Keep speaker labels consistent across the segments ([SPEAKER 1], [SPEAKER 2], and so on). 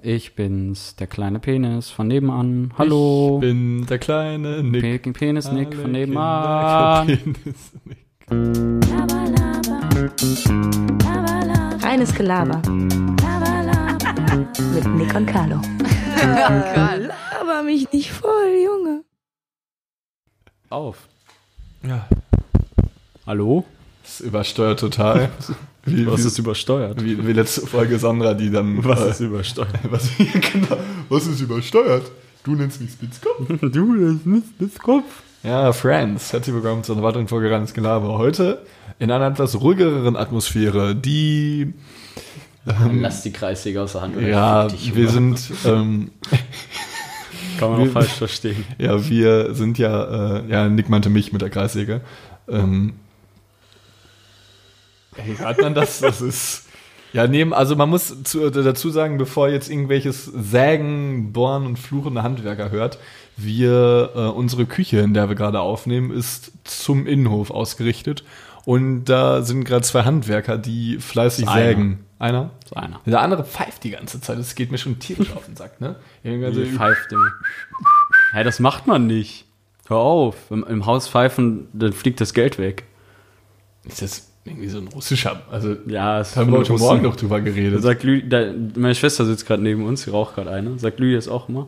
[SPEAKER 1] Ich bin's, der kleine Penis von nebenan. Hallo.
[SPEAKER 2] Ich bin der kleine Nick.
[SPEAKER 1] Pe- Penis Nick
[SPEAKER 2] Alle
[SPEAKER 1] von
[SPEAKER 2] Kinder
[SPEAKER 1] nebenan.
[SPEAKER 2] kennen Penis Nick.
[SPEAKER 3] Reines Gelaber. Mit Nick und Carlo.
[SPEAKER 4] Aber mich nicht voll, Junge.
[SPEAKER 1] Auf.
[SPEAKER 2] Ja,
[SPEAKER 1] Hallo?
[SPEAKER 2] das übersteuert total. Wie,
[SPEAKER 5] Was
[SPEAKER 2] wie,
[SPEAKER 5] ist übersteuert?
[SPEAKER 2] wie, wie letzte Folge Sandra, die dann.
[SPEAKER 5] Was
[SPEAKER 2] äh,
[SPEAKER 5] ist übersteuert?
[SPEAKER 2] was, genau, was ist übersteuert? Du nennst mich Spitzkopf.
[SPEAKER 1] Du, das ist das Kopf.
[SPEAKER 2] Ja, Friends, herzlich willkommen zu einer weiteren Folge Reines Gelaber. Heute in einer etwas ruhigeren Atmosphäre, die.
[SPEAKER 5] Lass die Kreissäge aus der Hand. oder
[SPEAKER 2] Ja,
[SPEAKER 5] fick dich,
[SPEAKER 2] wir
[SPEAKER 5] Junge.
[SPEAKER 2] sind. Ähm,
[SPEAKER 5] Kann man auch falsch verstehen.
[SPEAKER 2] Ja, wir sind ja, äh, ja, Nick meinte mich mit der Kreissäge. Ähm, hey, hört man das? Das ist. Ja, neben, also man muss zu, dazu sagen, bevor jetzt irgendwelches Sägen, Bohren und fluchende Handwerker hört, wir, äh, unsere Küche, in der wir gerade aufnehmen, ist zum Innenhof ausgerichtet. Und da sind gerade zwei Handwerker, die fleißig
[SPEAKER 1] Einer.
[SPEAKER 2] sägen. Einer?
[SPEAKER 1] So einer.
[SPEAKER 2] Der andere pfeift die ganze Zeit. Das geht mir schon tierisch auf den Sack, ne?
[SPEAKER 1] Also pfeift immer. Hä, das macht man nicht. Hör auf. Im, Im Haus pfeifen, dann fliegt das Geld weg.
[SPEAKER 2] Ist das irgendwie so ein russischer? Also, da
[SPEAKER 1] Ja, es
[SPEAKER 2] haben wir heute
[SPEAKER 1] Russen.
[SPEAKER 2] Morgen noch drüber
[SPEAKER 1] Da
[SPEAKER 2] geredet.
[SPEAKER 1] Sagt Lü, da, meine Schwester sitzt gerade neben uns, sie raucht gerade eine. Sagt Lü das auch immer?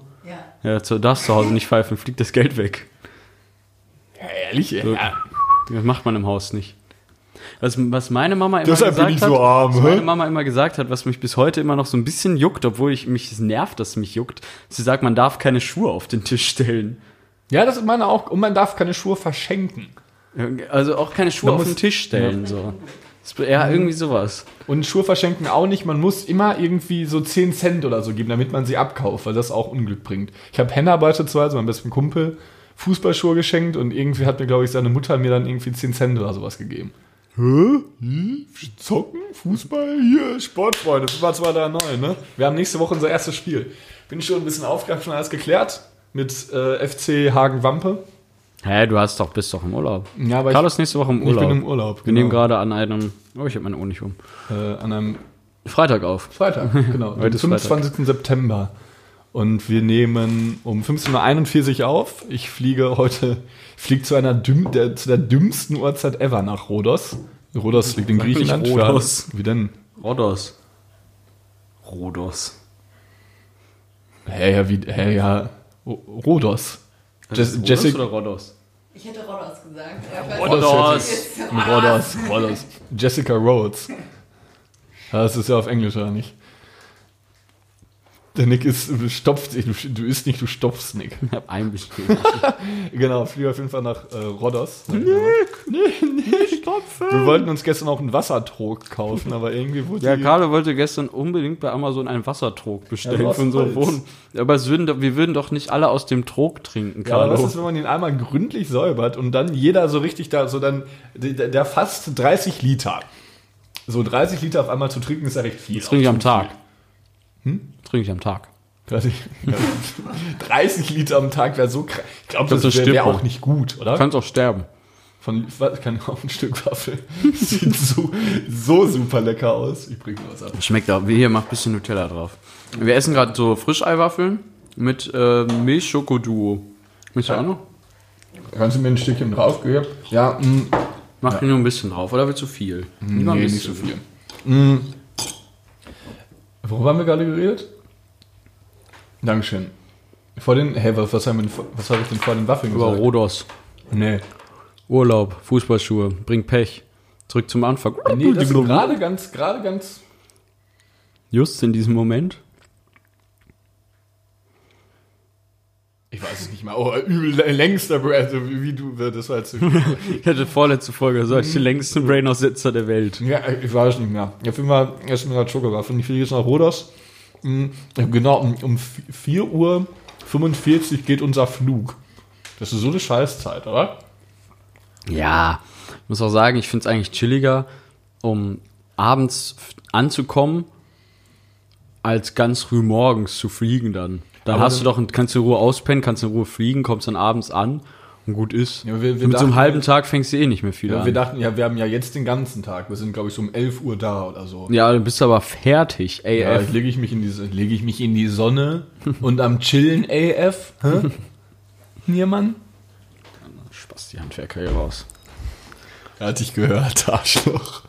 [SPEAKER 1] Ja. Ja, zu, darfst zu Hause nicht pfeifen, fliegt das Geld weg.
[SPEAKER 2] Ja, ehrlich, ey.
[SPEAKER 1] So. Das macht man im Haus nicht. Was, was meine Mama immer
[SPEAKER 2] Deshalb bin
[SPEAKER 1] gesagt
[SPEAKER 2] ich
[SPEAKER 1] hat,
[SPEAKER 2] so arm,
[SPEAKER 1] was
[SPEAKER 2] hä?
[SPEAKER 1] meine Mama immer gesagt hat, was mich bis heute immer noch so ein bisschen juckt, obwohl ich mich es nervt, dass es mich juckt. Sie sagt, man darf keine Schuhe auf den Tisch stellen.
[SPEAKER 2] Ja, das ist meine auch. Und man darf keine Schuhe verschenken.
[SPEAKER 1] Also auch keine Schuhe
[SPEAKER 2] Man
[SPEAKER 1] auf
[SPEAKER 2] muss-
[SPEAKER 1] den Tisch stellen so. Das- Ja, irgendwie sowas.
[SPEAKER 2] Und Schuhe verschenken auch nicht. Man muss immer irgendwie so 10 Cent oder so geben, damit man sie abkauft, weil das auch Unglück bringt. Ich habe Henna beispielsweise, meinem besten Kumpel, Fußballschuhe geschenkt und irgendwie hat mir, glaube ich, seine Mutter mir dann irgendwie 10 Cent oder sowas gegeben. Hä? Hm? Zocken? Fußball? Hier, Sportfreunde. Das war 2009, ne? Wir haben nächste Woche unser erstes Spiel. Bin schon ein bisschen aufgeregt, schon alles geklärt mit äh, FC Hagen-Wampe.
[SPEAKER 1] Hä, du hast doch bist doch im Urlaub.
[SPEAKER 2] Ja, aber ich-
[SPEAKER 1] Carlos nächste Woche im
[SPEAKER 2] Ich
[SPEAKER 1] Urlaub.
[SPEAKER 2] bin im Urlaub, genau.
[SPEAKER 1] Wir nehmen gerade an einem, oh, ich habe meine Uhr nicht um.
[SPEAKER 2] äh, an einem
[SPEAKER 1] Freitag auf.
[SPEAKER 2] Freitag, genau.
[SPEAKER 1] Heute
[SPEAKER 2] Am
[SPEAKER 1] ist Freitag.
[SPEAKER 2] 25. September. Und wir nehmen um 15.41 Uhr auf. Ich fliege heute, ich fliege zu einer dümm, der, zu der dümmsten Uhrzeit ever nach Rhodos. Rhodos liegt in
[SPEAKER 1] Sag nicht
[SPEAKER 2] Griechenland. für
[SPEAKER 1] Rhodos.
[SPEAKER 2] alle- Wie denn?
[SPEAKER 1] Rodos. Rodos.
[SPEAKER 2] Hä, hey, ja, wie, hä, hey, ja, Ro- Rhodos. Jess, Jessica,
[SPEAKER 1] oder Rodos?
[SPEAKER 6] Ich hätte Rollers gesagt. aber ich weiß
[SPEAKER 2] Rhodos.
[SPEAKER 1] Rodos.
[SPEAKER 2] Rhodos, Rhodos. Jessica Rhodes. Ja, Das ist ja auf Englisch, oder nicht? Der Nick ist, stopft sich, du, du isst nicht, du stopfst, Nick.
[SPEAKER 1] Ich hab ein bisschen.
[SPEAKER 2] Genau, fliegen wir auf jeden Fall nach äh, Rodos. Nee, nee, nee, stopfen. Wir wollten uns gestern auch einen Wassertrog kaufen, aber irgendwie wurde
[SPEAKER 1] Ja,
[SPEAKER 2] die-
[SPEAKER 1] Carlo wollte gestern unbedingt bei Amazon einen Wassertrog bestellen
[SPEAKER 2] Ja, du hast
[SPEAKER 1] für unsere
[SPEAKER 2] Holz.
[SPEAKER 1] Wohnung. Aber es würden, doch- wir würden doch nicht alle aus dem Trog trinken,
[SPEAKER 2] Ja, aber
[SPEAKER 1] Carlo.
[SPEAKER 2] was ist, wenn man ihn einmal gründlich säubert und dann jeder so richtig da, so dann, der, der fast 30 Liter. So 30 Liter auf einmal zu trinken ist ja recht viel.
[SPEAKER 1] das trinke ich am Tag.
[SPEAKER 2] Hm?
[SPEAKER 1] Trinke ich am Tag.
[SPEAKER 2] 30, ja. 30 Liter am Tag wäre so krass. Ich glaube, das
[SPEAKER 1] so
[SPEAKER 2] wäre
[SPEAKER 1] stirbt
[SPEAKER 2] wär
[SPEAKER 1] man.
[SPEAKER 2] auch nicht gut, oder?
[SPEAKER 1] Du kannst auch sterben.
[SPEAKER 2] Von was, kann auch ein Stück Waffel. Sieht so, so super lecker aus. Ich bringe was ab.
[SPEAKER 1] Schmeckt auch. Wir hier macht ein bisschen Nutella drauf. Wir essen gerade so Frischeiwaffeln mit äh, Milch-Schokoduo. Willst du auch noch?
[SPEAKER 2] Kannst du mir ein Stückchen draufgeben? Ja, mm. mh,
[SPEAKER 1] Mach dir nur ein bisschen drauf, oder willst du viel? Lieber ein
[SPEAKER 2] nee,
[SPEAKER 1] bisschen.
[SPEAKER 2] nicht so viel. Worüber haben wir gerade geredet? Dankeschön. Vor den, hey, was, was, haben wir denn vor- was habe ich denn vor den Waffeln
[SPEAKER 1] Über
[SPEAKER 2] gesagt?
[SPEAKER 1] Rodos.
[SPEAKER 2] Nee.
[SPEAKER 1] Urlaub, Fußballschuhe, bringt Pech. Zurück zum Anfang.
[SPEAKER 2] Nee, das ist gerade ganz, gerade ganz,
[SPEAKER 1] Just in diesem Moment.
[SPEAKER 2] ich weiß es nicht mal, oh, übel, längster, Bra- also wie, wie du, das war jetzt zu viel.
[SPEAKER 1] Ich hatte vorletzte Folge gesagt, also die längsten Brain-Aussetzer der Welt.
[SPEAKER 2] Ja, äh, ich weiß nicht mehr. Auf jeden Fall essen wir gerade Schokowaffen. Ich fliege jetzt nach Rodos. Mm, Genau, um, um 4 Uhr 45 geht unser Flug. Das ist so eine Scheißzeit, oder?
[SPEAKER 1] Ja, ich muss auch sagen, ich finde es eigentlich chilliger, um abends f- anzukommen, als ganz früh morgens zu fliegen dann. Dann
[SPEAKER 2] Aber
[SPEAKER 1] hast
[SPEAKER 2] dann-
[SPEAKER 1] du doch, kannst du in Ruhe auspennen, kannst in Ruhe fliegen, kommst dann abends an und gut ist.
[SPEAKER 2] Ja, wir- wir
[SPEAKER 1] mit so einem
[SPEAKER 2] dachten-
[SPEAKER 1] halben Tag fängst du eh nicht mehr viel
[SPEAKER 2] Ja,
[SPEAKER 1] an.
[SPEAKER 2] wir dachten, ja, wir haben ja jetzt den ganzen Tag. Wir sind, glaube ich, so um 11 Uhr da oder so.
[SPEAKER 1] ja, du bist aber fertig, AF.
[SPEAKER 2] Ja, lege ich mich in die lege ich mich in die Sonne und am chillen AF, hä? Niermann?
[SPEAKER 1] Spaß, die Handwerker hier raus.
[SPEAKER 2] Hatte ich gehört, Arschloch.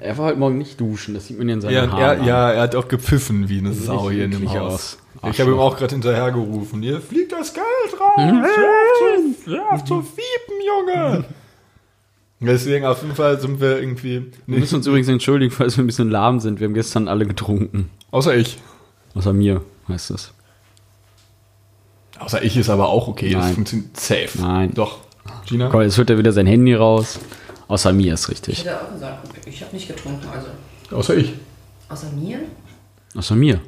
[SPEAKER 1] Er war heute Morgen nicht duschen, das sieht man ja in seinen
[SPEAKER 2] Ja,
[SPEAKER 1] Haaren.
[SPEAKER 2] er,
[SPEAKER 1] an.
[SPEAKER 2] ja, er hat auch gepfiffen wie eine Sau hier in dem
[SPEAKER 1] eklig
[SPEAKER 2] Haus.
[SPEAKER 1] aus.
[SPEAKER 2] Ich habe ihm auch gerade hinterher gerufen, hier fliegt das Geld
[SPEAKER 1] Mhm.
[SPEAKER 2] raus, hör auf zu, hör auf zu fiepen, Junge.
[SPEAKER 1] Mhm.
[SPEAKER 2] Deswegen auf jeden Fall sind wir irgendwie,
[SPEAKER 1] Wir müssen uns übrigens entschuldigen, falls wir ein bisschen lahm sind. Wir haben gestern alle getrunken.
[SPEAKER 2] außer ich.
[SPEAKER 1] Außer mir, heißt das.
[SPEAKER 2] Außer ich ist aber auch okay, das
[SPEAKER 1] Nein.
[SPEAKER 2] funktioniert safe.
[SPEAKER 1] Nein.
[SPEAKER 2] Doch. Gina?
[SPEAKER 1] Komm, jetzt holt er wieder sein Handy raus. Außer mir ist richtig.
[SPEAKER 6] hätte auch gesagt, ich habe nicht getrunken, also.
[SPEAKER 2] Außer ich.
[SPEAKER 6] Außer mir?
[SPEAKER 1] Außer mir.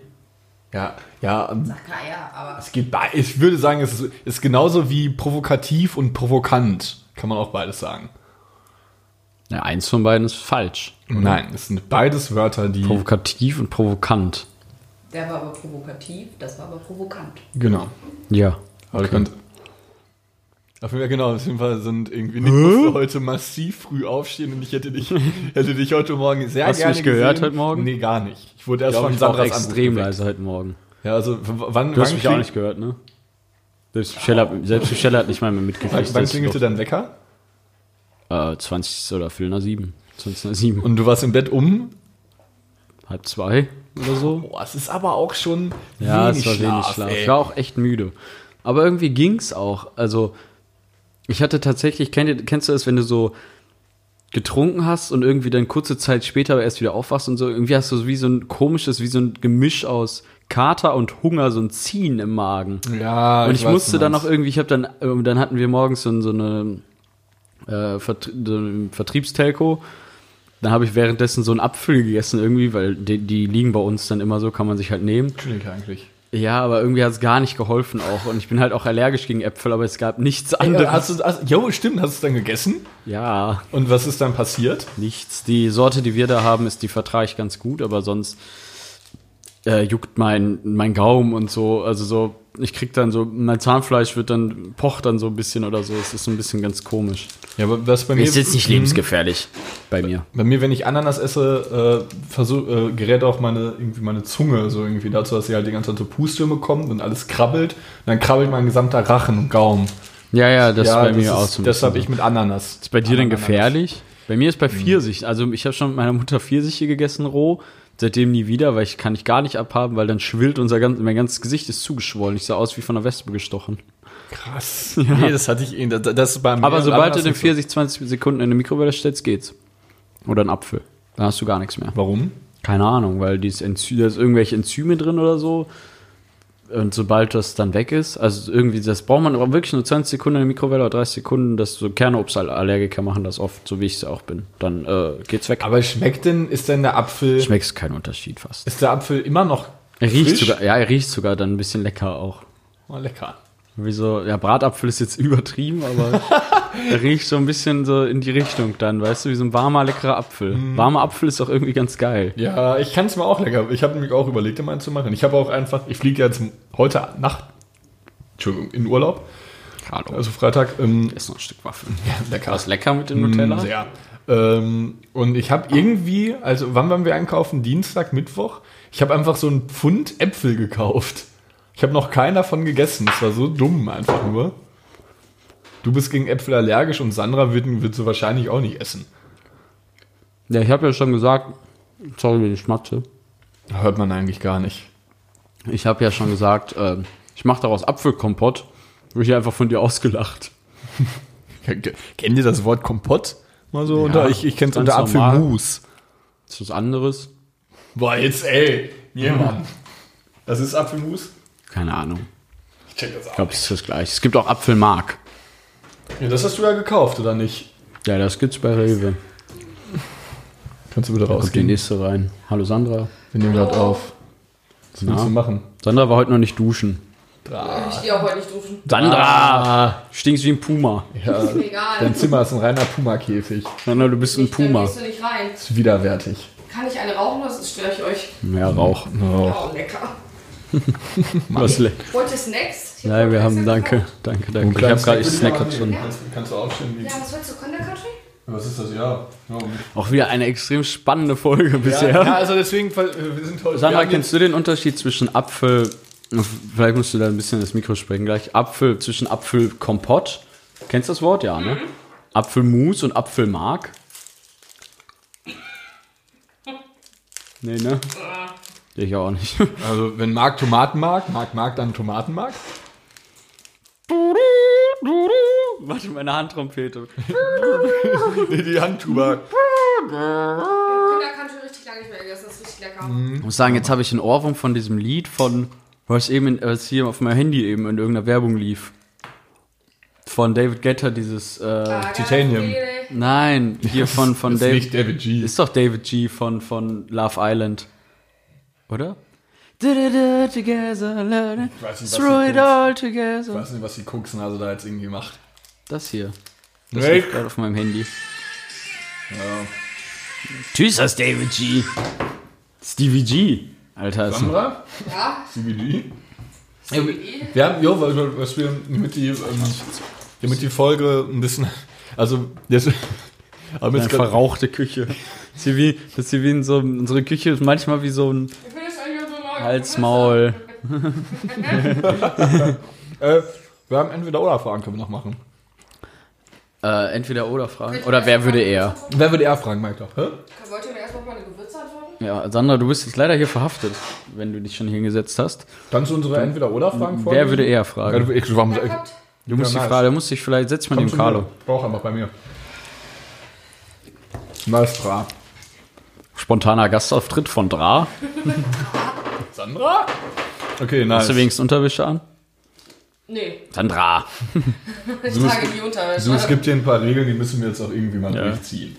[SPEAKER 2] Ja, ja,
[SPEAKER 6] Sag keiner, ja, aber.
[SPEAKER 2] Es geht bei, ich würde sagen, es ist, ist genauso wie provokativ und provokant. Kann man auch beides sagen.
[SPEAKER 1] Ja, eins von beiden ist falsch.
[SPEAKER 2] Nein, es sind beides Wörter, die.
[SPEAKER 1] Provokativ und provokant.
[SPEAKER 6] Der war aber provokativ, das war aber provokant.
[SPEAKER 2] genau.
[SPEAKER 1] Ja.
[SPEAKER 2] Aber ihr könnt. Auf jeden Fall, genau, auf jeden Fall sind irgendwie Nick musste heute massiv früh aufstehen und ich hätte dich, hätte dich heute Morgen sehr
[SPEAKER 1] Hast du
[SPEAKER 2] gerne
[SPEAKER 1] mich gehört
[SPEAKER 2] gesehen.
[SPEAKER 1] heute Morgen?
[SPEAKER 2] Nee, gar nicht. Ich wurde
[SPEAKER 1] Ich
[SPEAKER 2] erst
[SPEAKER 1] glaube,
[SPEAKER 2] von
[SPEAKER 1] ich war auch
[SPEAKER 2] Sandras
[SPEAKER 1] extrem
[SPEAKER 2] Anruf geweckt.
[SPEAKER 1] leise heute Morgen.
[SPEAKER 2] Ja, also w- wann,
[SPEAKER 1] Du hast
[SPEAKER 2] wann,
[SPEAKER 1] mich auch
[SPEAKER 2] kling-
[SPEAKER 1] nicht gehört, ne? Selbst Michelle hat, selbst Michelle hat nicht mal mehr
[SPEAKER 2] wann,
[SPEAKER 1] mitgekriegt.
[SPEAKER 2] wann
[SPEAKER 1] dass-
[SPEAKER 2] klingelte dein Wecker?
[SPEAKER 1] Äh, 20 oder Viertel nach sieben. 20 nach sieben.
[SPEAKER 2] Und du warst im Bett um?
[SPEAKER 1] Halb zwei oder so.
[SPEAKER 2] Boah, es ist aber auch schon
[SPEAKER 1] Ja,
[SPEAKER 2] wenig
[SPEAKER 1] es war
[SPEAKER 2] Schlaf,
[SPEAKER 1] wenig Schlaf.
[SPEAKER 2] ey.
[SPEAKER 1] Ich war auch echt müde. Aber irgendwie ging's auch. Also, ich hatte tatsächlich, kennt ihr, kennst du das, wenn du so getrunken hast und irgendwie dann kurze Zeit später erst wieder aufwachst und so, irgendwie hast du so wie so ein komisches, wie so ein Gemisch aus Kater und Hunger, so ein Ziehen im Magen.
[SPEAKER 2] Ja,
[SPEAKER 1] und ich
[SPEAKER 2] weiß,
[SPEAKER 1] musste
[SPEAKER 2] du
[SPEAKER 1] dann
[SPEAKER 2] meinst.
[SPEAKER 1] noch irgendwie, ich habe dann, ähm, dann hatten wir morgens so, so eine äh, Vert so ein Vertriebstelco. Dann habe ich währenddessen so einen Apfel gegessen irgendwie, weil die, die liegen bei uns dann immer so, kann man sich halt nehmen.
[SPEAKER 2] Natürlich eigentlich.
[SPEAKER 1] Ja, aber irgendwie hat es gar nicht geholfen auch. Und ich bin halt auch allergisch gegen Äpfel, aber es gab nichts
[SPEAKER 2] Ey,
[SPEAKER 1] anderes.
[SPEAKER 2] hast du, hast, jo, stimmt, hast du es dann gegessen?
[SPEAKER 1] ja,
[SPEAKER 2] Und was ist dann passiert?
[SPEAKER 1] nichts. Die Sorte, die wir da haben, ist, die vertrage ich ganz gut, aber sonst äh, juckt mein, mein Gaumen und so. Also so, ich krieg dann so, mein Zahnfleisch wird dann, pocht dann so ein bisschen oder so. Es ist so ein bisschen ganz komisch.
[SPEAKER 2] Ja, aber was bei mir.
[SPEAKER 1] Ist jetzt nicht lebensgefährlich bei mir.
[SPEAKER 2] Bei mir, wenn ich Ananas esse, äh, versuch, äh, gerät auch meine, irgendwie meine Zunge so irgendwie dazu, dass sie halt die ganze Zeit so Pustürme kommt und alles krabbelt. Und dann krabbelt mein gesamter Rachen und Gaumen.
[SPEAKER 1] Ja, ja, das ist bei mir
[SPEAKER 2] ist,
[SPEAKER 1] auch so ein
[SPEAKER 2] Das
[SPEAKER 1] bisschen
[SPEAKER 2] habe ich
[SPEAKER 1] so.
[SPEAKER 2] mit Ananas.
[SPEAKER 1] Ist bei dir denn
[SPEAKER 2] Ananas.
[SPEAKER 1] gefährlich? Bei mir ist bei Pfirsich. Also ich habe schon mit meiner Mutter Pfirsiche gegessen roh. Seitdem nie wieder, weil ich kann ich gar nicht abhaben, weil dann schwillt unser ganz, mein ganzes Gesicht ist zugeschwollen. Ich sah aus wie von einer Wespe gestochen.
[SPEAKER 2] Krass. Nee, das hatte ich. eh- Das, das ist bei mir
[SPEAKER 1] Aber
[SPEAKER 2] und
[SPEAKER 1] sobald
[SPEAKER 2] Ananas
[SPEAKER 1] du den
[SPEAKER 2] nicht so.
[SPEAKER 1] Pfirsich 20 Sekunden in eine Mikrowelle stellst, geht's. Oder einen Apfel. Dann hast du gar nichts mehr.
[SPEAKER 2] Warum?
[SPEAKER 1] Keine Ahnung, weil dieses Enzy da ist irgendwelche Enzyme drin oder so. Und sobald das dann weg ist, also irgendwie, das braucht man aber wirklich nur 20 Sekunden in der Mikrowelle oder 30 Sekunden, dass so Kernobstallergiker machen das oft, so wie ich es auch bin. Dann äh, geht's weg.
[SPEAKER 2] Aber schmeckt denn, ist denn der Apfel.
[SPEAKER 1] Schmeckst keinen Unterschied fast.
[SPEAKER 2] Ist der Apfel immer noch.
[SPEAKER 1] Er riecht
[SPEAKER 2] frisch?
[SPEAKER 1] sogar, ja, er riecht sogar dann ein bisschen lecker auch.
[SPEAKER 2] Oh, lecker.
[SPEAKER 1] Wie so, ja, Bratapfel ist jetzt übertrieben, aber er riecht so ein bisschen so in die Richtung dann, weißt du, wie so ein warmer, leckerer Apfel. Warmer Apfel ist auch irgendwie ganz geil.
[SPEAKER 2] Ja, ich kann es mir auch lecker. Ich habe nämlich auch überlegt, immer einen zu machen. Ich habe auch einfach, ich fliege jetzt heute Nacht, Entschuldigung, in Urlaub,
[SPEAKER 1] Hallo.
[SPEAKER 2] also Freitag. Ähm,
[SPEAKER 1] ist noch ein Stück Waffel.
[SPEAKER 2] ja, lecker.
[SPEAKER 1] Was lecker mit dem Nutella?
[SPEAKER 2] Mm, Sehr. Ähm, und ich habe irgendwie, also wann waren wir einkaufen? Dienstag, Mittwoch? Ich habe einfach so einen Pfund Äpfel gekauft. Ich habe noch keinen davon gegessen. Das war so dumm einfach nur. Du bist gegen Äpfel allergisch und Sandra wird, wird sie wahrscheinlich auch nicht essen.
[SPEAKER 1] Ja, ich habe ja schon gesagt, sorry, wenn ich schmatze.
[SPEAKER 2] Hört man eigentlich gar nicht.
[SPEAKER 1] Ich habe ja schon gesagt, äh, ich mache daraus Apfelkompott. Wurde ich einfach von dir ausgelacht.
[SPEAKER 2] Kennt ihr das Wort Kompott? Mal so unter, ich ich kenne es
[SPEAKER 1] ganz
[SPEAKER 2] unter
[SPEAKER 1] normal.
[SPEAKER 2] Apfelmus.
[SPEAKER 1] Ist was anderes?
[SPEAKER 2] Boah, jetzt ey, jemand. Das ist Apfelmus?
[SPEAKER 1] Keine Ahnung.
[SPEAKER 2] Ich check das
[SPEAKER 1] Ich
[SPEAKER 2] auch.
[SPEAKER 1] glaube, es ist das gleiche. Es gibt auch Apfelmark.
[SPEAKER 2] Ja, das hast du ja gekauft, oder nicht?
[SPEAKER 1] Ja, das gibt's bei Rewe.
[SPEAKER 2] Kannst du bitte
[SPEAKER 1] Kommt die
[SPEAKER 2] rausgehen?
[SPEAKER 1] nächste rein. Hallo Sandra.
[SPEAKER 2] Wir nehmen gerade auf. Was willst
[SPEAKER 1] Na?
[SPEAKER 2] du machen?
[SPEAKER 1] Sandra war heute noch nicht duschen. Ah.
[SPEAKER 6] Ich stehe auch heute nicht duschen.
[SPEAKER 1] Sandra! Stinkst wie ein Puma.
[SPEAKER 6] Ist mir egal.
[SPEAKER 2] Dein Zimmer ist ein reiner Puma-Käfig.
[SPEAKER 1] Sandra, du bist ein
[SPEAKER 6] Ich, dann
[SPEAKER 1] Puma.
[SPEAKER 6] gehst du nicht rein.
[SPEAKER 2] Ist widerwärtig.
[SPEAKER 6] Kann ich eine rauchen, das störe ich euch.
[SPEAKER 1] Mehr Rauch.
[SPEAKER 2] Oh.
[SPEAKER 6] Oh, lecker.
[SPEAKER 5] Was le-
[SPEAKER 6] Wollt ihr Snacks? Ich hab
[SPEAKER 1] Nein, wir
[SPEAKER 6] heute
[SPEAKER 1] haben,
[SPEAKER 6] Snacks
[SPEAKER 1] danke,
[SPEAKER 6] gekauft.
[SPEAKER 1] danke, danke. Ich
[SPEAKER 2] kleinen
[SPEAKER 1] habe gerade, ich
[SPEAKER 2] Snack
[SPEAKER 1] snack
[SPEAKER 2] würde
[SPEAKER 1] grad
[SPEAKER 2] ich
[SPEAKER 1] schon.
[SPEAKER 2] aber nehmen. Kannst du aufstehen. wie-
[SPEAKER 6] Ja, was willst du? Conda Country?
[SPEAKER 2] Was ist das? Ja. Warum nicht?
[SPEAKER 1] Auch wieder eine extrem spannende Folge bisher.
[SPEAKER 2] Ja, also deswegen, weil, äh, wir sind heute.
[SPEAKER 1] Sag
[SPEAKER 2] wir
[SPEAKER 1] mal,
[SPEAKER 2] haben jetzt-
[SPEAKER 1] kennst du den Unterschied zwischen Apfel, vielleicht musst du da ein bisschen ins Mikro sprechen gleich, Apfel, zwischen Apfelkompott, kennst du das Wort? Ja, ne? Apfelmus und Apfelmark? Nee, ne? Ich auch nicht.
[SPEAKER 2] also, wenn Marc Tomaten mag, Marc mag dann Tomaten mag.
[SPEAKER 1] Warte, meine Handtrompete.
[SPEAKER 2] Nee, die Handtuber.
[SPEAKER 6] Conda Country richtig lange nicht mehr gegessen. Das ist richtig lecker.
[SPEAKER 1] Ich muss sagen, jetzt habe ich einen Ohrwurm von diesem Lied von, was eben, in, was hier auf meinem Handy eben in irgendeiner Werbung lief. Von David Guetta, dieses, äh,
[SPEAKER 6] Ah,
[SPEAKER 2] Titanium.
[SPEAKER 6] geil.
[SPEAKER 1] nein, hier von, von
[SPEAKER 2] Ist
[SPEAKER 1] David.
[SPEAKER 2] nicht David G.
[SPEAKER 1] Ist doch David G. von, von Love Island. Oder? Da-da-da, Together, learn it,
[SPEAKER 2] weiß nicht, was
[SPEAKER 1] throw
[SPEAKER 2] sie
[SPEAKER 1] it
[SPEAKER 2] tut.
[SPEAKER 1] all together.
[SPEAKER 2] weiß nicht, was die Koksnase da jetzt irgendwie macht.
[SPEAKER 1] Das hier. Das
[SPEAKER 2] Nee.
[SPEAKER 1] liegt gerade auf meinem Handy.
[SPEAKER 2] Ja.
[SPEAKER 1] Tschüss, das David G. Stevie G. Alter, ist ein
[SPEAKER 2] Sandra?
[SPEAKER 6] Ja,
[SPEAKER 2] CBD?
[SPEAKER 6] CBD.
[SPEAKER 2] Wir haben, jo, was, was wir mit die, ähm, damit die Folge ein bisschen, also, jetzt, aber
[SPEAKER 1] eine
[SPEAKER 2] jetzt grad-
[SPEAKER 1] verrauchte Küche. Das ist, hier wie, das ist hier wie in so einem- unsere Küche ist manchmal wie so ein
[SPEAKER 6] Ich will das eigentlich so lange.
[SPEAKER 1] Halsmaul.
[SPEAKER 2] äh, wir haben entweder oder Fragen können wir noch machen.
[SPEAKER 1] Äh, entweder oder Fragen. Oder wer würde eher?
[SPEAKER 2] Wer würde eher fragen, Mike doch? Hä?
[SPEAKER 6] Wollt ihr mir erstmal auf meine Gewürze antworten?
[SPEAKER 1] Ja, Sandra, du bist jetzt leider hier verhaftet, wenn du dich schon hingesetzt hast.
[SPEAKER 2] Kannst du unsere entweder oder Fragen
[SPEAKER 1] Wer würde eher fragen?
[SPEAKER 2] Ja, ich, warum,
[SPEAKER 6] Da
[SPEAKER 2] ich,
[SPEAKER 6] kommt.
[SPEAKER 1] Du musst
[SPEAKER 2] Ja,
[SPEAKER 1] die
[SPEAKER 2] nice.
[SPEAKER 1] Frage, musst dich vielleicht, setz mal den Carlo.
[SPEAKER 2] Brauch einfach bei mir. Maestra.
[SPEAKER 1] Spontaner Gastauftritt von Dra.
[SPEAKER 2] Sandra? Okay, nice.
[SPEAKER 1] Hast du wenigstens Unterwäsche an?
[SPEAKER 6] Nee,
[SPEAKER 1] Sandra.
[SPEAKER 6] ich
[SPEAKER 2] So, es
[SPEAKER 6] trage
[SPEAKER 2] gibt-
[SPEAKER 6] die Unterwäsche.
[SPEAKER 2] So, es gibt hier ein paar Regeln, die müssen wir jetzt auch irgendwie mal
[SPEAKER 1] Ja.
[SPEAKER 2] durchziehen.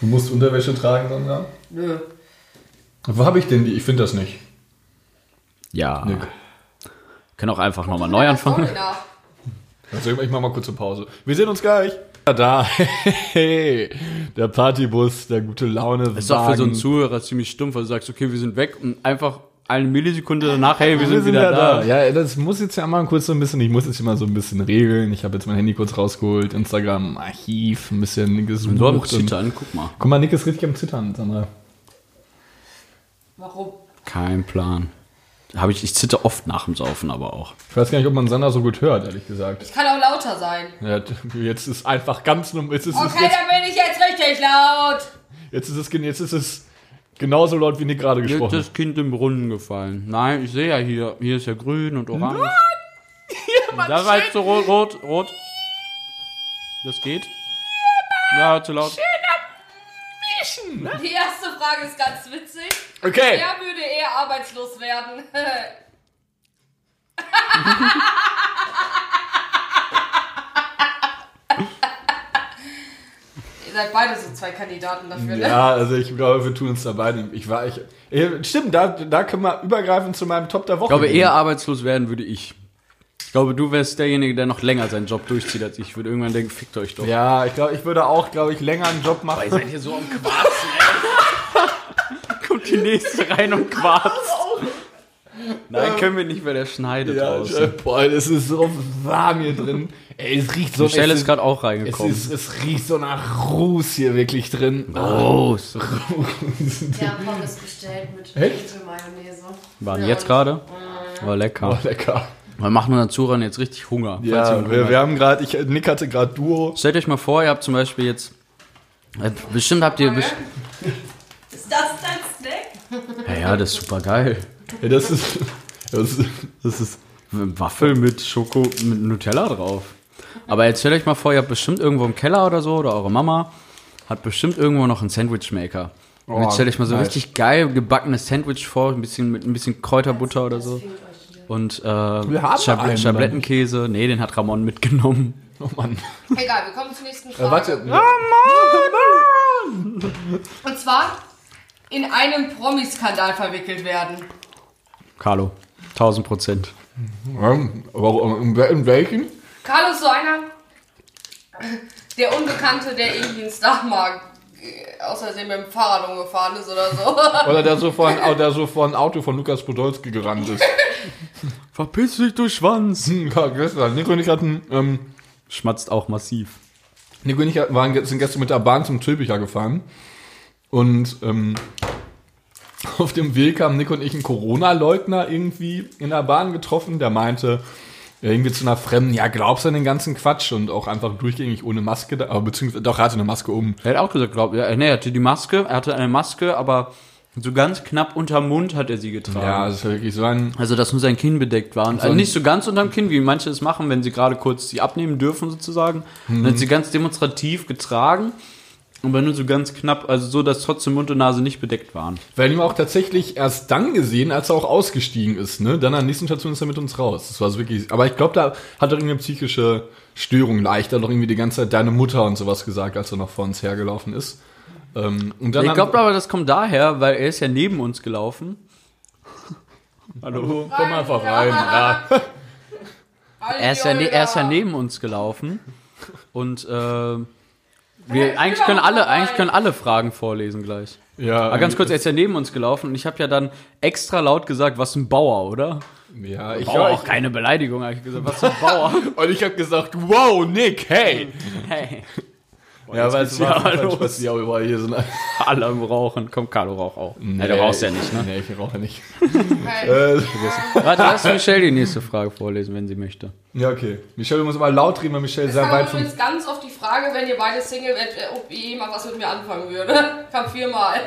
[SPEAKER 2] Du musst Unterwäsche tragen, Sandra.
[SPEAKER 6] Nö.
[SPEAKER 2] Wo habe ich denn die? Ich finde das nicht.
[SPEAKER 1] Ja.
[SPEAKER 2] Nee.
[SPEAKER 1] Können auch einfach nochmal neu anfangen.
[SPEAKER 6] Florida.
[SPEAKER 2] Also ich mache mal kurz eine Pause. Wir sehen uns gleich. Ja, da. Hey, der Partybus, der gute Laune.
[SPEAKER 1] Ist doch für so einen Zuhörer ziemlich stumpf, weil du sagst, okay, wir sind weg und einfach eine Millisekunde danach, hey, wir sind,
[SPEAKER 2] wir sind
[SPEAKER 1] wieder
[SPEAKER 2] ja
[SPEAKER 1] da.
[SPEAKER 2] da. Ja, das muss jetzt ja mal kurz so ein bisschen, ich muss jetzt hier mal so ein bisschen regeln. Ich habe jetzt mein Handy kurz rausgeholt, Instagram, Archiv, ein bisschen gesucht.
[SPEAKER 1] So am
[SPEAKER 2] und-
[SPEAKER 1] Zittern, guck mal.
[SPEAKER 2] Guck mal, Nick ist richtig am Zittern, Sandra.
[SPEAKER 6] Warum?
[SPEAKER 1] Kein Plan. Hab ich, ich zitter oft nach dem Saufen aber auch.
[SPEAKER 2] Ich weiß gar nicht, ob man Sandra so gut hört, ehrlich gesagt.
[SPEAKER 6] Ich kann auch lauter sein.
[SPEAKER 2] Ja, t- jetzt ist einfach ganz normal. Jetzt ist, es,
[SPEAKER 6] Okay,
[SPEAKER 2] jetzt,
[SPEAKER 6] dann bin ich jetzt richtig laut.
[SPEAKER 2] jetzt, ist es, gen- jetzt ist es genauso laut, wie Nick gerade
[SPEAKER 1] Hier ist
[SPEAKER 2] gesprochen hat.
[SPEAKER 1] das Kind im Brunnen gefallen. Nein, ich sehe ja hier, hier ist ja grün und orange. da war jetzt so rot, rot, rot. Das geht. Ja, zu laut.
[SPEAKER 6] Die erste Frage ist ganz witzig.
[SPEAKER 2] Okay.
[SPEAKER 6] Wer würde eher arbeitslos werden? Ihr seid beide so zwei Kandidaten dafür, ne?
[SPEAKER 2] Ja, also ich glaube, wir tun uns da beide. Ich war, ich, eh, stimmt, da, da können wir übergreifend zu meinem Top der Woche.
[SPEAKER 1] Ich glaube,
[SPEAKER 2] gehen.
[SPEAKER 1] eher arbeitslos werden würde ich. Ich glaube, du wärst derjenige, der noch länger seinen Job durchzieht als ich. Ich würde irgendwann denken, fickt euch doch.
[SPEAKER 2] Ja, ich glaube, ich würde auch, glaube ich, länger einen Job machen.
[SPEAKER 1] hier so am Quarzen, ey. Kommt die nächste rein und quarzt. Nein, können wir nicht, weil der schneidet
[SPEAKER 2] ja, äh,
[SPEAKER 1] draußen.
[SPEAKER 2] boah, es ist so warm hier drin. Ey, es riecht so.
[SPEAKER 1] Michelle
[SPEAKER 2] es
[SPEAKER 1] ist gerade auch
[SPEAKER 2] es,
[SPEAKER 1] reingekommen.
[SPEAKER 2] ist, es riecht so nach Ruß hier wirklich drin.
[SPEAKER 1] Ah,
[SPEAKER 2] Ah,
[SPEAKER 1] Groß.
[SPEAKER 6] Ja, Pommes bestellt mit
[SPEAKER 2] Echt?
[SPEAKER 6] Mayonnaise.
[SPEAKER 1] Waren jetzt gerade? War
[SPEAKER 2] Oh,
[SPEAKER 1] lecker.
[SPEAKER 2] lecker.
[SPEAKER 1] Wir machen unseren Zuhörern jetzt richtig Hunger. falls ihr
[SPEAKER 2] Ja,
[SPEAKER 1] Hunger
[SPEAKER 2] wir,
[SPEAKER 1] habt.
[SPEAKER 2] wir haben gerade, ich, Nick hatte gerade Duo.
[SPEAKER 1] Stellt euch mal vor, ihr habt zum Beispiel jetzt. äh, Bestimmt habt ihr. Best
[SPEAKER 6] Ist das dein Snack?
[SPEAKER 1] ja, ja, das ist super geil.
[SPEAKER 2] Ja, das ist, das ist, das ist
[SPEAKER 1] Waffel mit Schoko, mit Nutella drauf. Aber jetzt stellt euch mal vor, ihr habt bestimmt irgendwo im Keller oder so, oder eure Mama hat bestimmt irgendwo noch einen Sandwichmaker. Und
[SPEAKER 2] Oh,
[SPEAKER 1] jetzt stellt euch mal so
[SPEAKER 2] nice.
[SPEAKER 1] richtig geil gebackenes Sandwich vor, ein bisschen, mit ein bisschen Kräuterbutter oder so. Und äh,
[SPEAKER 2] haben
[SPEAKER 1] Schabl
[SPEAKER 2] einen, ne?
[SPEAKER 1] Schablettenkäse. Nee, den hat Ramon mitgenommen.
[SPEAKER 2] oh Mann.
[SPEAKER 6] Egal, wir kommen zur nächsten Frage.
[SPEAKER 2] Äh, warte.
[SPEAKER 6] Und zwar in einen Promiskandal verwickelt werden.
[SPEAKER 1] Carlo, 1000 Prozent.
[SPEAKER 2] Ähm, warum- In wel- in welchen?
[SPEAKER 6] Carlos so einer, der Unbekannte, der irgendwie ins Dach mag, äh, außerdem mit dem Fahrrad umgefahren ist oder so.
[SPEAKER 2] oh, Oder der so von, der so von Auto von Lukas Podolski gerannt ist.
[SPEAKER 1] Verpiss dich, du Schwanz!
[SPEAKER 2] Hm, ja, gestern. Nico und ich hatten, ähm,
[SPEAKER 1] Schmatzt auch massiv.
[SPEAKER 2] Nico und ich waren, ge- sind gestern mit der Bahn zum Tülpicher gefahren. Und ähm, auf dem Weg haben Nico und ich einen Corona-Leugner irgendwie in der Bahn getroffen, der meinte, irgendwie zu einer Fremden, ja, glaubst du an den ganzen Quatsch und auch einfach durchgängig ohne Maske, da, aber beziehungsweise, doch, er hatte eine Maske um.
[SPEAKER 1] Er hat auch gesagt, glaub, ja, nee, er hatte die Maske, er hatte eine Maske, aber so ganz knapp unterm Mund hat er sie getragen.
[SPEAKER 2] Ja, das ist wirklich so ein,
[SPEAKER 1] Also, dass nur sein Kinn bedeckt war. Und also
[SPEAKER 2] ein-
[SPEAKER 1] nicht so ganz unterm Kinn, wie manche es machen, wenn sie gerade kurz sie abnehmen dürfen, sozusagen. Dann
[SPEAKER 2] Mhm.
[SPEAKER 1] hat sie ganz demonstrativ getragen, aber nur so ganz knapp, also so, dass trotzdem Mund und Nase nicht bedeckt waren.
[SPEAKER 2] Weil ihn auch tatsächlich erst dann gesehen, als er auch ausgestiegen ist, ne? Dann an der nächsten Station ist er mit uns raus. Das war so wirklich. Aber ich glaube, da hat er irgendeine psychische Störung leichter noch irgendwie die ganze Zeit deine Mutter und sowas gesagt, als er noch vor uns hergelaufen ist. Ähm, und dann
[SPEAKER 1] Ich
[SPEAKER 2] haben-
[SPEAKER 1] glaube aber, das kommt daher, weil er ist ja neben uns gelaufen.
[SPEAKER 2] Hallo, komm einfach rein. Ja.
[SPEAKER 1] Er ist ja, ne, er ist ja neben uns gelaufen. Und äh, wir, eigentlich, können alle, eigentlich können alle Fragen vorlesen gleich.
[SPEAKER 2] ja
[SPEAKER 1] Aber Ah, ganz kurz, er ist ja neben uns gelaufen und ich habe ja dann extra laut gesagt, was ein Bauer, oder?
[SPEAKER 2] Ja, ich
[SPEAKER 1] Bauer,
[SPEAKER 2] auch.
[SPEAKER 1] auch keine Beleidigung, habe ich gesagt, was ein Bauer.
[SPEAKER 2] Und ich habe gesagt, wow, Nick, hey.
[SPEAKER 1] hey.
[SPEAKER 2] ja, weil es
[SPEAKER 1] ja
[SPEAKER 2] war
[SPEAKER 1] los.
[SPEAKER 2] was die auch überall hier sind.
[SPEAKER 1] Alle am Rauchen. Komm, Carlo, rauch auch. Nee, du rauchst ja nicht, ne?
[SPEAKER 2] Nee, ich rauche nicht.
[SPEAKER 6] Halt.
[SPEAKER 2] Äh,
[SPEAKER 1] Warte, lass Michelle die nächste Frage vorlesen, wenn sie möchte.
[SPEAKER 2] ja, okay. Michelle, du musst mal laut reden, weil Michelle
[SPEAKER 6] Es
[SPEAKER 2] sehr
[SPEAKER 6] kam
[SPEAKER 2] weit vom
[SPEAKER 6] übrigens ganz oft die Frage, wenn ihr beide Single wärt, äh, ob ihr jemand was mit mir anfangen würde. Kam viermal.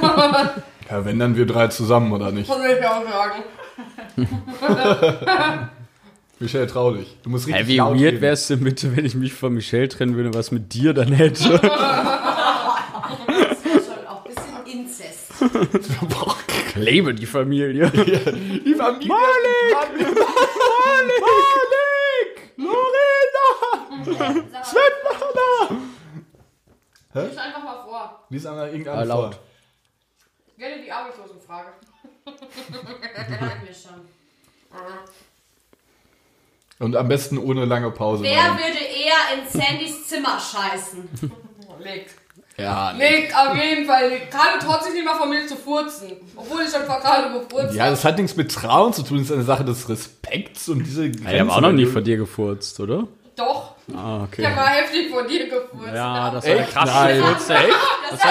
[SPEAKER 6] Muss
[SPEAKER 2] Ja, wenn dann wir drei zusammen, oder nicht?
[SPEAKER 6] ich auch sagen.
[SPEAKER 2] Michelle, trau dich. Du musst richtig
[SPEAKER 1] Hey, wie
[SPEAKER 2] laut
[SPEAKER 1] weird
[SPEAKER 2] reden.
[SPEAKER 1] wär's denn bitte, wenn ich mich von Michelle trennen würde, was mit dir dann hätte?
[SPEAKER 3] schon auch ein bisschen Inzest.
[SPEAKER 2] Boah,
[SPEAKER 1] Lebe die Familie.
[SPEAKER 2] die Familie. Malik! Malik! Malik! Lorena!
[SPEAKER 3] Sven!
[SPEAKER 6] Lies einfach mal vor.
[SPEAKER 2] Lies einmal
[SPEAKER 1] Ah,
[SPEAKER 2] irgendeinen
[SPEAKER 1] laut.
[SPEAKER 2] vor.
[SPEAKER 6] Gerne die Arbeitslosenfrage.
[SPEAKER 3] Hatten wir schon.
[SPEAKER 2] Und am besten ohne lange Pause.
[SPEAKER 3] Wer
[SPEAKER 2] Mann.
[SPEAKER 3] würde eher in Sandys Zimmer scheißen?
[SPEAKER 6] Legt.
[SPEAKER 2] Ja, nee.
[SPEAKER 6] Legt, auf jeden Fall legt. Carlo traut sich nicht mal von mir zu furzen. Obwohl ich schon vor Carlo gefurzt
[SPEAKER 2] ja,
[SPEAKER 6] habe.
[SPEAKER 2] das hat nichts mit Trauen zu tun, das ist eine Sache des Respekts und diese Grenzen.
[SPEAKER 1] Ich habe auch noch nie von dir gefurzt, oder?
[SPEAKER 6] Doch.
[SPEAKER 1] Ah,
[SPEAKER 6] Ich
[SPEAKER 1] okay.
[SPEAKER 6] habe mal heftig von dir gefurzt.
[SPEAKER 1] war der krasseste Furz, der, das war der
[SPEAKER 3] gebebt.
[SPEAKER 1] das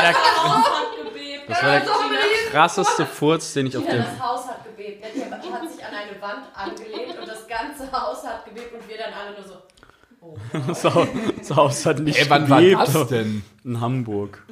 [SPEAKER 1] war der
[SPEAKER 6] Das war mir
[SPEAKER 1] krasseste Furz, den ich auf
[SPEAKER 3] Ja,
[SPEAKER 1] dem...
[SPEAKER 3] das Haus hat gebebt. Betty hat sich an eine Wand angelehnt und das ganze Haus hat gebebt und wir dann alle nur so.
[SPEAKER 1] Das Haus, das Haus hat nicht
[SPEAKER 2] Ey, wann war
[SPEAKER 1] gelebt.
[SPEAKER 2] das denn?
[SPEAKER 1] In Hamburg.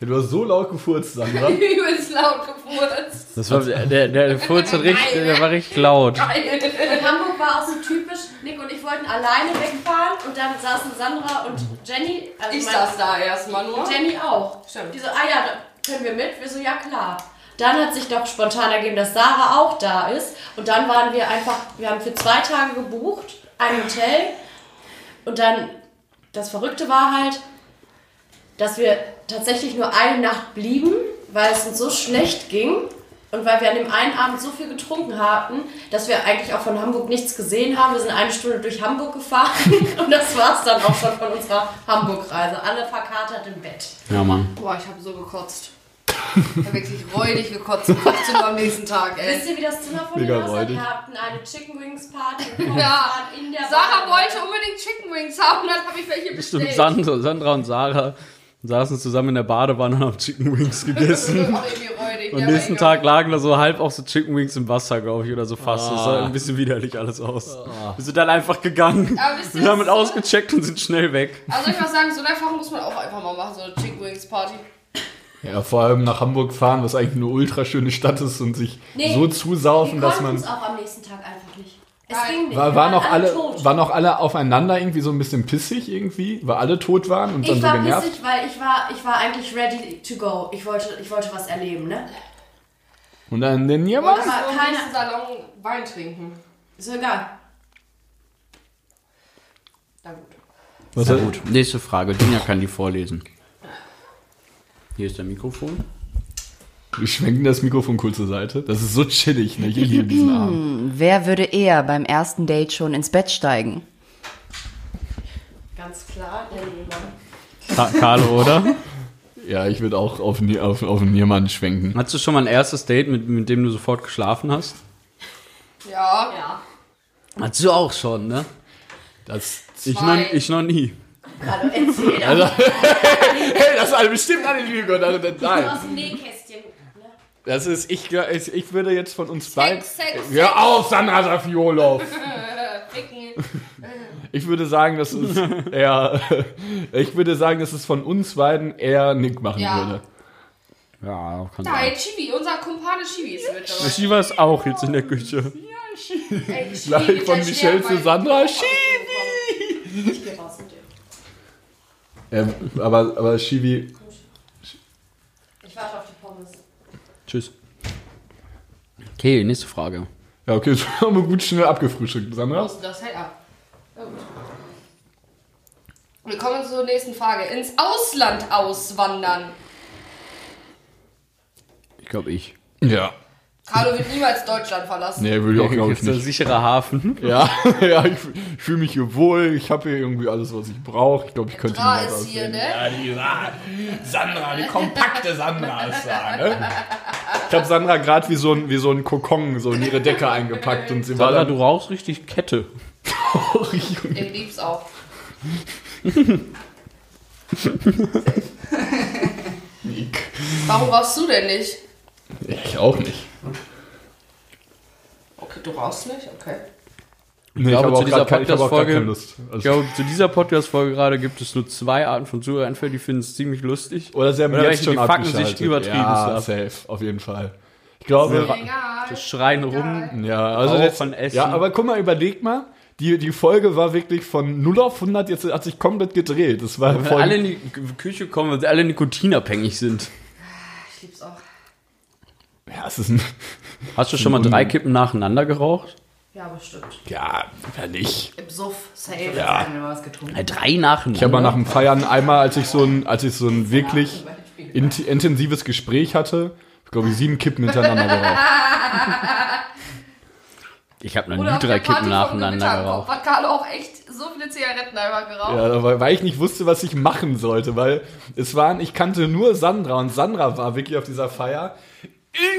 [SPEAKER 2] Ja, du hast so laut gefurzt, Sandra.
[SPEAKER 6] übelst laut gefurzt.
[SPEAKER 1] Das war, der, der, der Furz hat richtig, der war richtig laut.
[SPEAKER 3] Und Hamburg war auch so typisch. Nick und ich wollten alleine wegfahren und dann saßen Sandra und Jenny. Also
[SPEAKER 6] Ich
[SPEAKER 3] mein-
[SPEAKER 6] saß da erstmal nur.
[SPEAKER 3] Und Jenny auch.
[SPEAKER 6] Stimmt.
[SPEAKER 3] Die so, ah ja, da können wir mit? Wir so, ja klar. Dann hat sich doch spontan ergeben, dass Sarah auch da ist. Und dann waren wir einfach, wir haben für zwei Tage gebucht, ein Hotel. Und dann, das Verrückte war halt, dass wir tatsächlich nur eine Nacht blieben, weil es uns so schlecht ging. Und weil wir an dem einen Abend so viel getrunken hatten, dass wir eigentlich auch von Hamburg nichts gesehen haben. Wir sind eine Stunde durch Hamburg gefahren und das war's dann auch schon von unserer Hamburg-Reise. Alle verkatert im Bett.
[SPEAKER 1] Ja, Oh Mann.
[SPEAKER 6] Boah, ich habe so gekotzt. Ich habe wirklich räudig gekotzt. Ich Kotze nur am nächsten Tag,
[SPEAKER 3] Wisst
[SPEAKER 6] ey.
[SPEAKER 3] ihr, wie das Zimmer von
[SPEAKER 2] Mega
[SPEAKER 3] mir aussah?
[SPEAKER 2] räudig.
[SPEAKER 3] Wir hatten eine Chicken Wings Party. Wir
[SPEAKER 6] Ja.
[SPEAKER 3] waren in der
[SPEAKER 6] Sarah
[SPEAKER 3] Bahn.
[SPEAKER 6] wollte um- unbedingt Chicken Wings haben, dann habe ich welche
[SPEAKER 1] Stimmt,
[SPEAKER 6] bestellt.
[SPEAKER 1] Sandra, Sandra und Sarah saßen zusammen in der Badewanne und haben Chicken Wings gegessen.
[SPEAKER 6] Auch irgendwie räudig,
[SPEAKER 1] Und
[SPEAKER 6] ja,
[SPEAKER 1] nächsten
[SPEAKER 6] aber egal.
[SPEAKER 1] Tag lagen da so halb auch so Chicken Wings im Wasser, glaube ich, oder so fast. Das sah ein bisschen widerlich alles aus. Wir sind dann einfach gegangen.
[SPEAKER 6] Aber wisst ihr,
[SPEAKER 1] Wir haben mit
[SPEAKER 6] was-
[SPEAKER 1] ausgecheckt und sind schnell weg.
[SPEAKER 6] Also ich muss sagen, so eine Erfahrung muss man auch einfach mal machen, so eine Chicken Wings Party.
[SPEAKER 2] Ja, vor allem nach Hamburg fahren, was eigentlich eine ultraschöne Stadt ist und sich
[SPEAKER 3] Nee,
[SPEAKER 2] so
[SPEAKER 3] Wir
[SPEAKER 2] zusaufen,
[SPEAKER 3] konnten
[SPEAKER 2] dass man...
[SPEAKER 3] es auch am nächsten Tag einfach nicht. Es
[SPEAKER 6] Nein.
[SPEAKER 3] ging nicht.
[SPEAKER 2] War,
[SPEAKER 3] Wir
[SPEAKER 2] waren, auch alle,
[SPEAKER 3] tot.
[SPEAKER 2] waren auch alle aufeinander irgendwie so ein bisschen pissig irgendwie, weil alle tot waren und dann
[SPEAKER 3] ich
[SPEAKER 2] so
[SPEAKER 3] war
[SPEAKER 2] genervt.
[SPEAKER 3] pissig, weil ich war, ich war eigentlich ready to go. Ich wollte, ich wollte was erleben, ne?
[SPEAKER 2] Und dann, denn ja,
[SPEAKER 6] Was?
[SPEAKER 2] was?
[SPEAKER 6] Du
[SPEAKER 3] Aber
[SPEAKER 6] im
[SPEAKER 3] keiner-
[SPEAKER 6] nächsten Salon Wein trinken.
[SPEAKER 3] Ist mir egal.
[SPEAKER 6] Na gut.
[SPEAKER 2] Was
[SPEAKER 1] Sehr
[SPEAKER 2] hat-
[SPEAKER 1] gut. Nächste Frage. Dina kann die vorlesen. Hier ist der Mikrofon.
[SPEAKER 2] Wir schwenken das Mikrofon kurz zur Seite. Das ist so chillig, ne? Ich liebe diesen Abend.
[SPEAKER 7] Wer würde eher beim ersten Date schon ins Bett steigen?
[SPEAKER 3] Ganz klar, denn
[SPEAKER 1] Ka Carlo, oder?
[SPEAKER 2] Ja, ich würde auch auf, Nie- auf, auf Niermann schwenken.
[SPEAKER 1] Hattest du schon mal ein erstes Date, mit, mit dem du sofort geschlafen hast?
[SPEAKER 6] Ja.
[SPEAKER 3] Ja.
[SPEAKER 1] Hast du auch schon, ne?
[SPEAKER 2] Das,
[SPEAKER 1] Ich noch,
[SPEAKER 6] Zwei.
[SPEAKER 1] ich noch nie.
[SPEAKER 3] Also erzähl doch mal
[SPEAKER 2] hey, das ist eine bestimmt eine Lüge. Nein, Nein.
[SPEAKER 3] aus dem Nähkästchen. ne?
[SPEAKER 2] Das ist, ich, glaub, ich, ich würde jetzt von uns beiden.
[SPEAKER 6] Sex, Sex, Sex,
[SPEAKER 2] Hör auf, Sandra Safiolov!
[SPEAKER 6] ficken.
[SPEAKER 2] Ich würde sagen, das ist eher. Ich würde sagen, dass es von uns beiden eher Nick machen
[SPEAKER 6] Ja.
[SPEAKER 2] würde.
[SPEAKER 1] Ja, auch kann
[SPEAKER 6] Nein,
[SPEAKER 1] sein.
[SPEAKER 6] Chibi, unser Kumpane Chibi ist mit dabei.
[SPEAKER 5] Sie war es auch jetzt in der Küche.
[SPEAKER 6] Ey, Chibi
[SPEAKER 2] Gleich
[SPEAKER 6] wird
[SPEAKER 2] von
[SPEAKER 6] gleich
[SPEAKER 2] Michelle
[SPEAKER 6] sterben,
[SPEAKER 2] zu
[SPEAKER 6] weil-
[SPEAKER 2] Sandra. Schi
[SPEAKER 3] Ich geh raus mit dir.
[SPEAKER 2] ähm, aber, aber Shivi.
[SPEAKER 3] Ich warte auf die Pommes.
[SPEAKER 1] Tschüss. Okay, nächste Frage.
[SPEAKER 2] Ja, okay, das haben wir gut schnell abgefrühstückt, Sandra.
[SPEAKER 6] Los, das hält ab. Na gut. Wir kommen zur nächsten Frage. Ins Ausland auswandern.
[SPEAKER 1] Ich glaube, ich.
[SPEAKER 2] Ja.
[SPEAKER 6] Carlo wird niemals Deutschland verlassen.
[SPEAKER 2] Nee, würde ich auch, glaube ich,
[SPEAKER 1] Jetzt ein
[SPEAKER 2] nicht.
[SPEAKER 1] sicherer Hafen.
[SPEAKER 2] Ja, ja ich, fühl- ich fühle mich hier wohl. Ich habe hier irgendwie alles, was ich brauche. Ich glaube, ich könnte
[SPEAKER 6] Dra
[SPEAKER 2] niemals
[SPEAKER 6] ist hier,
[SPEAKER 2] aussehen.
[SPEAKER 6] ne?
[SPEAKER 2] Ja, die war Sandra, die kompakte Sandra ist da, ne? Ich habe Sandra gerade wie, so ein- wie so ein Kokon so in ihre Decke eingepackt und sie war
[SPEAKER 5] Sandra,
[SPEAKER 2] dann
[SPEAKER 5] du rauchst richtig Kette.
[SPEAKER 2] durch.
[SPEAKER 6] Ich lieb's auch. Warum rauchst du denn nicht?
[SPEAKER 2] Ich auch nicht.
[SPEAKER 6] Okay, du rauchst nicht? Okay.
[SPEAKER 2] Nee,
[SPEAKER 1] glaube, zu dieser
[SPEAKER 2] grad keine- ich hab auch grad
[SPEAKER 1] Podcast-Folge-
[SPEAKER 2] keine Lust. Also,
[SPEAKER 1] Ich glaube, zu dieser Podcast-Folge gerade gibt es nur zwei Arten von Zuhörern. Die finden es ziemlich lustig.
[SPEAKER 2] oder sie haben
[SPEAKER 1] Oder
[SPEAKER 2] jetzt
[SPEAKER 1] welche,
[SPEAKER 2] schon
[SPEAKER 1] die fucken
[SPEAKER 2] abgeschaltet.
[SPEAKER 1] sich übertrieben
[SPEAKER 2] ja,
[SPEAKER 1] ab.
[SPEAKER 2] safe, auf jeden Fall. Ich glaube,
[SPEAKER 6] Egal.
[SPEAKER 1] Das Also Schreien rum.
[SPEAKER 2] Ja, also
[SPEAKER 1] Auch
[SPEAKER 2] jetzt,
[SPEAKER 1] von Essen.
[SPEAKER 2] Ja, aber guck mal, überleg mal. Die, die Folge war wirklich von 0 auf 100, jetzt hat sich komplett gedreht. Das war
[SPEAKER 1] Wenn
[SPEAKER 2] voll-
[SPEAKER 1] alle in die Küche kommen, weil sie alle nikotinabhängig sind.
[SPEAKER 6] Ich lieb's auch.
[SPEAKER 2] ja, es ist ein,
[SPEAKER 1] Hast du schon mal
[SPEAKER 2] Hm.
[SPEAKER 1] drei Kippen nacheinander geraucht?
[SPEAKER 6] Ja, bestimmt.
[SPEAKER 2] ja, wer nicht.
[SPEAKER 6] Im Suff, safe.
[SPEAKER 2] Ja.
[SPEAKER 7] Haben wir was getrunken?
[SPEAKER 1] Äh, Drei nacheinander?
[SPEAKER 2] Ich habe mal nach dem Feiern einmal, als ich so ein, als ich so ein wirklich int intensives Gespräch hatte, ich glaube, sieben Kippen hintereinander geraucht.
[SPEAKER 1] Ich habe noch
[SPEAKER 6] Oder
[SPEAKER 1] nie
[SPEAKER 6] auf
[SPEAKER 1] drei
[SPEAKER 6] der Party
[SPEAKER 1] Kippen
[SPEAKER 6] vom
[SPEAKER 1] nacheinander
[SPEAKER 6] Gewitter
[SPEAKER 1] geraucht.
[SPEAKER 6] hat Carlo auch echt so viele Zigaretten einmal geraucht.
[SPEAKER 2] Ja, weil, weil ich nicht wusste, was ich machen sollte, weil es waren, ich kannte nur Sandra und Sandra war wirklich auf dieser Feier.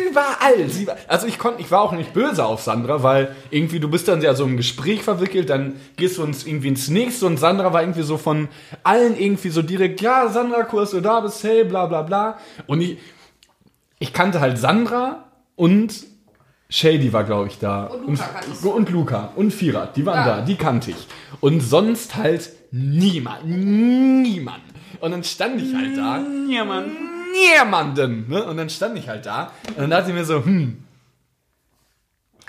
[SPEAKER 2] Überall. Sie war, also ich konnte, ich war auch nicht böse auf Sandra, weil irgendwie du bist dann ja so im Gespräch verwickelt, dann gehst du uns irgendwie ins nächste und Sandra war irgendwie so von allen irgendwie so direkt, ja, Sandra, Kurs, du da bist, hey, bla, bla, bla. Und ich, ich kannte halt Sandra und Shady war, glaube ich, da.
[SPEAKER 6] Und Luca kanntest
[SPEAKER 2] und, und Luca und Firat, die waren da, die kannte ich. Und sonst halt niemand, niemand. Und dann stand ich halt da. Niemand. Niemanden. Ne? Und dann stand ich halt da. Und dann dachte ich mir so, hm.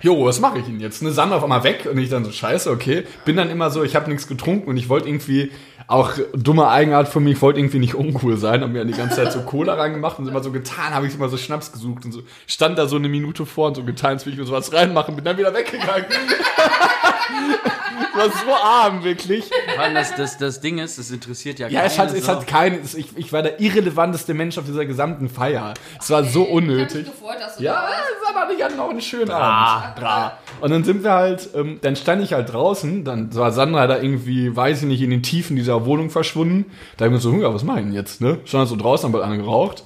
[SPEAKER 2] Jo, was mache ich denn jetzt? Ne, Sandra auf einmal weg und ich dann so, scheiße, okay. Bin dann immer so, ich habe nichts getrunken und ich wollte irgendwie, auch dumme Eigenart von mir, ich wollte irgendwie nicht uncool sein, habe mir dann die ganze Zeit so Cola reingemacht und immer so getan, habe ich immer so Schnaps gesucht und so. Stand da so eine Minute vor und so getan, als will ich mir sowas reinmachen, bin dann wieder weggegangen. war so arm, wirklich.
[SPEAKER 1] Vor allem das, das, das Ding ist, das interessiert ja,
[SPEAKER 2] Ja, es hat,
[SPEAKER 1] keine
[SPEAKER 2] es
[SPEAKER 1] Sau.
[SPEAKER 2] hat keine. Es, ich, ich war der irrelevanteste Mensch auf dieser gesamten Feier. Es war so
[SPEAKER 6] Ich hab mich
[SPEAKER 2] unnötig.
[SPEAKER 6] gefreut, dass du
[SPEAKER 2] Ja,
[SPEAKER 6] da warst.
[SPEAKER 2] es war aber nicht an noch einen schönen Abend. Und dann sind wir halt, ähm, dann stand ich halt draußen, dann war Sandra da irgendwie, weiß ich nicht, in den Tiefen dieser Wohnung verschwunden. Da hab ich mir so, ja, was mach ich denn jetzt, ne? Stand halt so draußen, hab halt angeraucht.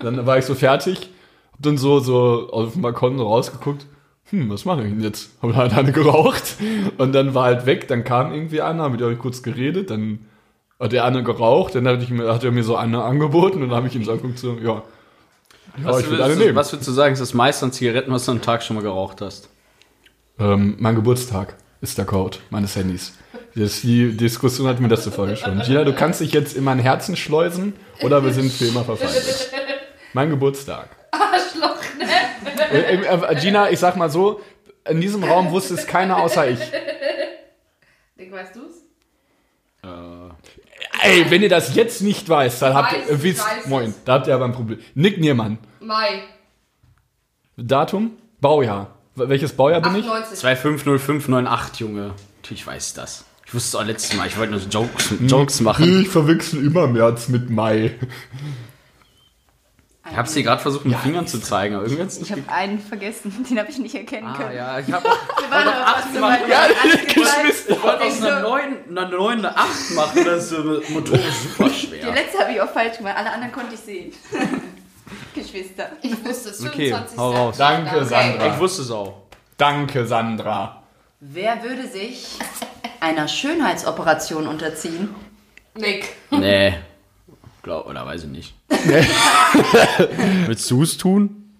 [SPEAKER 2] Dann war ich so fertig, hab dann so, so auf dem Balkon so rausgeguckt. Hm, was mache ich denn jetzt? Hab halt eine geraucht. Und dann war halt weg, dann kam irgendwie einer, mit dem hab ich kurz geredet, dann hat der eine geraucht, dann hat, ich mir, hat er mir so eine angeboten und dann habe ich ihm so angeguckt, so, ja. Ja,
[SPEAKER 1] Was,
[SPEAKER 2] ich will
[SPEAKER 1] würdest
[SPEAKER 2] eine
[SPEAKER 1] du,
[SPEAKER 2] nehmen.
[SPEAKER 1] was würdest du sagen, ist das meiste an Zigaretten, was du am Tag schon mal geraucht hast?
[SPEAKER 2] Ähm, mein Geburtstag ist der Code meines Handys. Das, die Diskussion hat mir das zuvor schon. Gina, du kannst dich jetzt in mein Herzen schleusen oder wir sind für immer verfeindet. Mein Geburtstag.
[SPEAKER 6] Arschloch, ne?
[SPEAKER 2] Äh, äh, Gina, ich sag mal so, in diesem Raum wusste es keiner außer ich.
[SPEAKER 6] Dick, weißt du's?
[SPEAKER 2] Ey, wenn ihr das jetzt nicht weißt, dann habt
[SPEAKER 6] Weiß,
[SPEAKER 2] ihr... Äh, wisst,
[SPEAKER 6] weiß es.
[SPEAKER 2] moin, da habt ihr aber ein Problem. Nick Niermann.
[SPEAKER 6] Mai.
[SPEAKER 2] Datum? Baujahr. Welches Baujahr bin ich?
[SPEAKER 6] 98.
[SPEAKER 1] 250598, Junge. Natürlich weiß ich das. Ich wusste es auch letztes Mal. Ich wollte nur so Jokes, Jokes machen.
[SPEAKER 2] Ich verwechsel immer März mit Mai.
[SPEAKER 1] Ich hab's dir gerade versucht, mit den Fingern zu zeigen. Aber irgendwie hat's
[SPEAKER 7] Ich habe einen vergessen, den habe ich nicht erkennen
[SPEAKER 1] Ah,
[SPEAKER 7] können.
[SPEAKER 1] ja, ich hab
[SPEAKER 7] Wir waren aber trotzdem mal-
[SPEAKER 1] Ich wollte aus
[SPEAKER 7] so-
[SPEAKER 1] einer 9, einer 9 eine 8 machen. Das ist äh, motorisch super
[SPEAKER 7] Die
[SPEAKER 1] schwer.
[SPEAKER 7] letzte habe ich auch falsch gemacht, alle anderen konnte ich sehen. Geschwister.
[SPEAKER 6] Ich wusste es.
[SPEAKER 1] Okay,
[SPEAKER 6] 25.
[SPEAKER 1] hau raus.
[SPEAKER 2] Danke, Sandra.
[SPEAKER 1] Ich wusste es auch.
[SPEAKER 2] Danke, Sandra.
[SPEAKER 7] Wer würde sich einer Schönheitsoperation unterziehen?
[SPEAKER 6] Nick.
[SPEAKER 1] Nee. Glaub, oder weiß ich nicht.
[SPEAKER 5] Willst du es tun?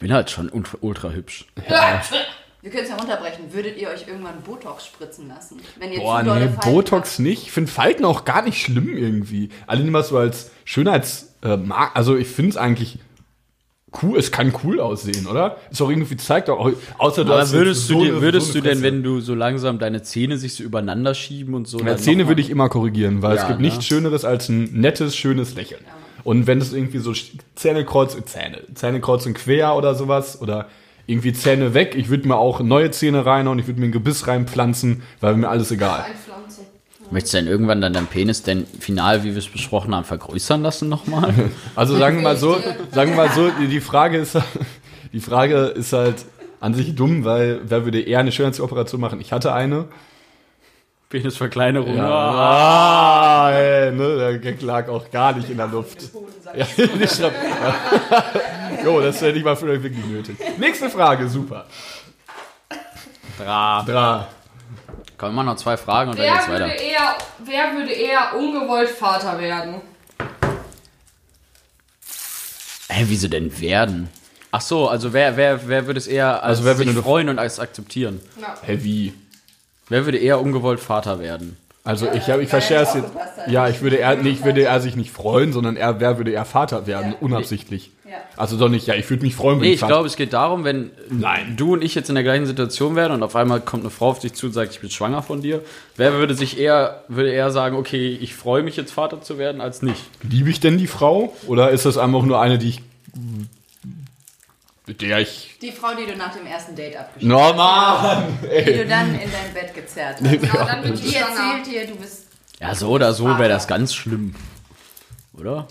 [SPEAKER 1] Bin halt schon ultra, ultra hübsch.
[SPEAKER 7] Wir können es ja runterbrechen. Würdet ihr euch irgendwann Botox spritzen lassen? Wenn ihr
[SPEAKER 2] Boah,
[SPEAKER 7] zu dolle
[SPEAKER 2] nee,
[SPEAKER 7] Falten
[SPEAKER 2] Botox nicht. Ich finde Falten auch gar nicht schlimm irgendwie. Alle nehmen das so als Schönheits... Äh, Mar- also ich finde es eigentlich cool. Es kann cool aussehen, oder? Ist auch irgendwie, zeigt auch... Außer du
[SPEAKER 1] Aber
[SPEAKER 2] hast
[SPEAKER 1] würdest
[SPEAKER 2] jetzt
[SPEAKER 1] du,
[SPEAKER 2] so
[SPEAKER 1] dir,
[SPEAKER 2] eine-
[SPEAKER 1] würdest
[SPEAKER 2] so eine
[SPEAKER 1] du denn,
[SPEAKER 2] Fresse.
[SPEAKER 1] wenn du so langsam deine Zähne sich so übereinander schieben und so.
[SPEAKER 2] Ja, Zähne würde ich immer korrigieren, weil es
[SPEAKER 1] Ja,
[SPEAKER 2] gibt
[SPEAKER 1] ne?
[SPEAKER 2] nichts Schöneres als ein nettes, schönes Lächeln. Und wenn es irgendwie so sch- Zähne kreuz, Zähne, Zähne kreuz und quer oder sowas oder irgendwie Zähne weg, ich würde mir auch neue Zähne reinhauen, ich würde mir ein Gebiss reinpflanzen, weil mir alles egal.
[SPEAKER 6] Einpflanzen.
[SPEAKER 1] Möchtest du denn irgendwann dann deinen Penis denn final, wie wir es besprochen haben, vergrößern lassen nochmal?
[SPEAKER 2] Also sagen wir mal so, sagen wir mal so, die- die Frage ist die Frage ist halt an sich dumm, weil wer würde eher eine Schönheitsoperation machen? Ich hatte eine.
[SPEAKER 1] Penisverkleinerung.
[SPEAKER 2] Ah, ey, ne, der Gag lag auch gar nicht in der Luft. Ja, die Schrapp- ja. Jo, das hätte ich mal für euch wirklich nötig. Nächste Frage, super.
[SPEAKER 1] Dra.
[SPEAKER 2] Dra.
[SPEAKER 1] Kommen immer noch zwei Fragen und dann
[SPEAKER 6] Wer
[SPEAKER 1] geht's
[SPEAKER 6] würde,
[SPEAKER 1] weiter.
[SPEAKER 6] eher, wer würde eher ungewollt Vater werden?
[SPEAKER 1] Hä, wieso denn werden? Ach so, also wer, wer, wer würde es eher als
[SPEAKER 2] Also wer würde
[SPEAKER 1] sich
[SPEAKER 2] eine-
[SPEAKER 1] freuen und als akzeptieren?
[SPEAKER 6] Na,
[SPEAKER 2] Heavy.
[SPEAKER 1] Wer würde eher ungewollt Vater werden?
[SPEAKER 2] Also ich habe, ich verstehe es jetzt. Ja, ich würde eher, nee, ich würde eher sich nicht freuen, sondern er, wer würde eher Vater werden, unabsichtlich. Also doch nicht, ja, ich würde mich freuen, wenn
[SPEAKER 1] Nee,
[SPEAKER 2] ich
[SPEAKER 1] ich
[SPEAKER 2] Vater-
[SPEAKER 1] glaube, es geht darum, wenn
[SPEAKER 2] Nein.
[SPEAKER 1] du und ich jetzt in der gleichen Situation wären und auf einmal kommt eine Frau auf dich zu und sagt, ich bin schwanger von dir, wer würde sich eher, würde eher sagen, okay, ich freue mich jetzt Vater zu werden, als nicht?
[SPEAKER 2] Liebe ich denn die Frau? Oder ist das einfach nur eine, die ich. mit der ich.
[SPEAKER 7] Die Frau, die du nach dem ersten Date abgeschickt
[SPEAKER 2] Normal!
[SPEAKER 7] hast, die du dann in dein Bett gezerrt hast.
[SPEAKER 6] na, Genau, dann bin ich
[SPEAKER 7] Die
[SPEAKER 6] schwanger.
[SPEAKER 7] erzählt dir, du bist
[SPEAKER 1] Ja, so oder so wäre das ganz schlimm. Oder?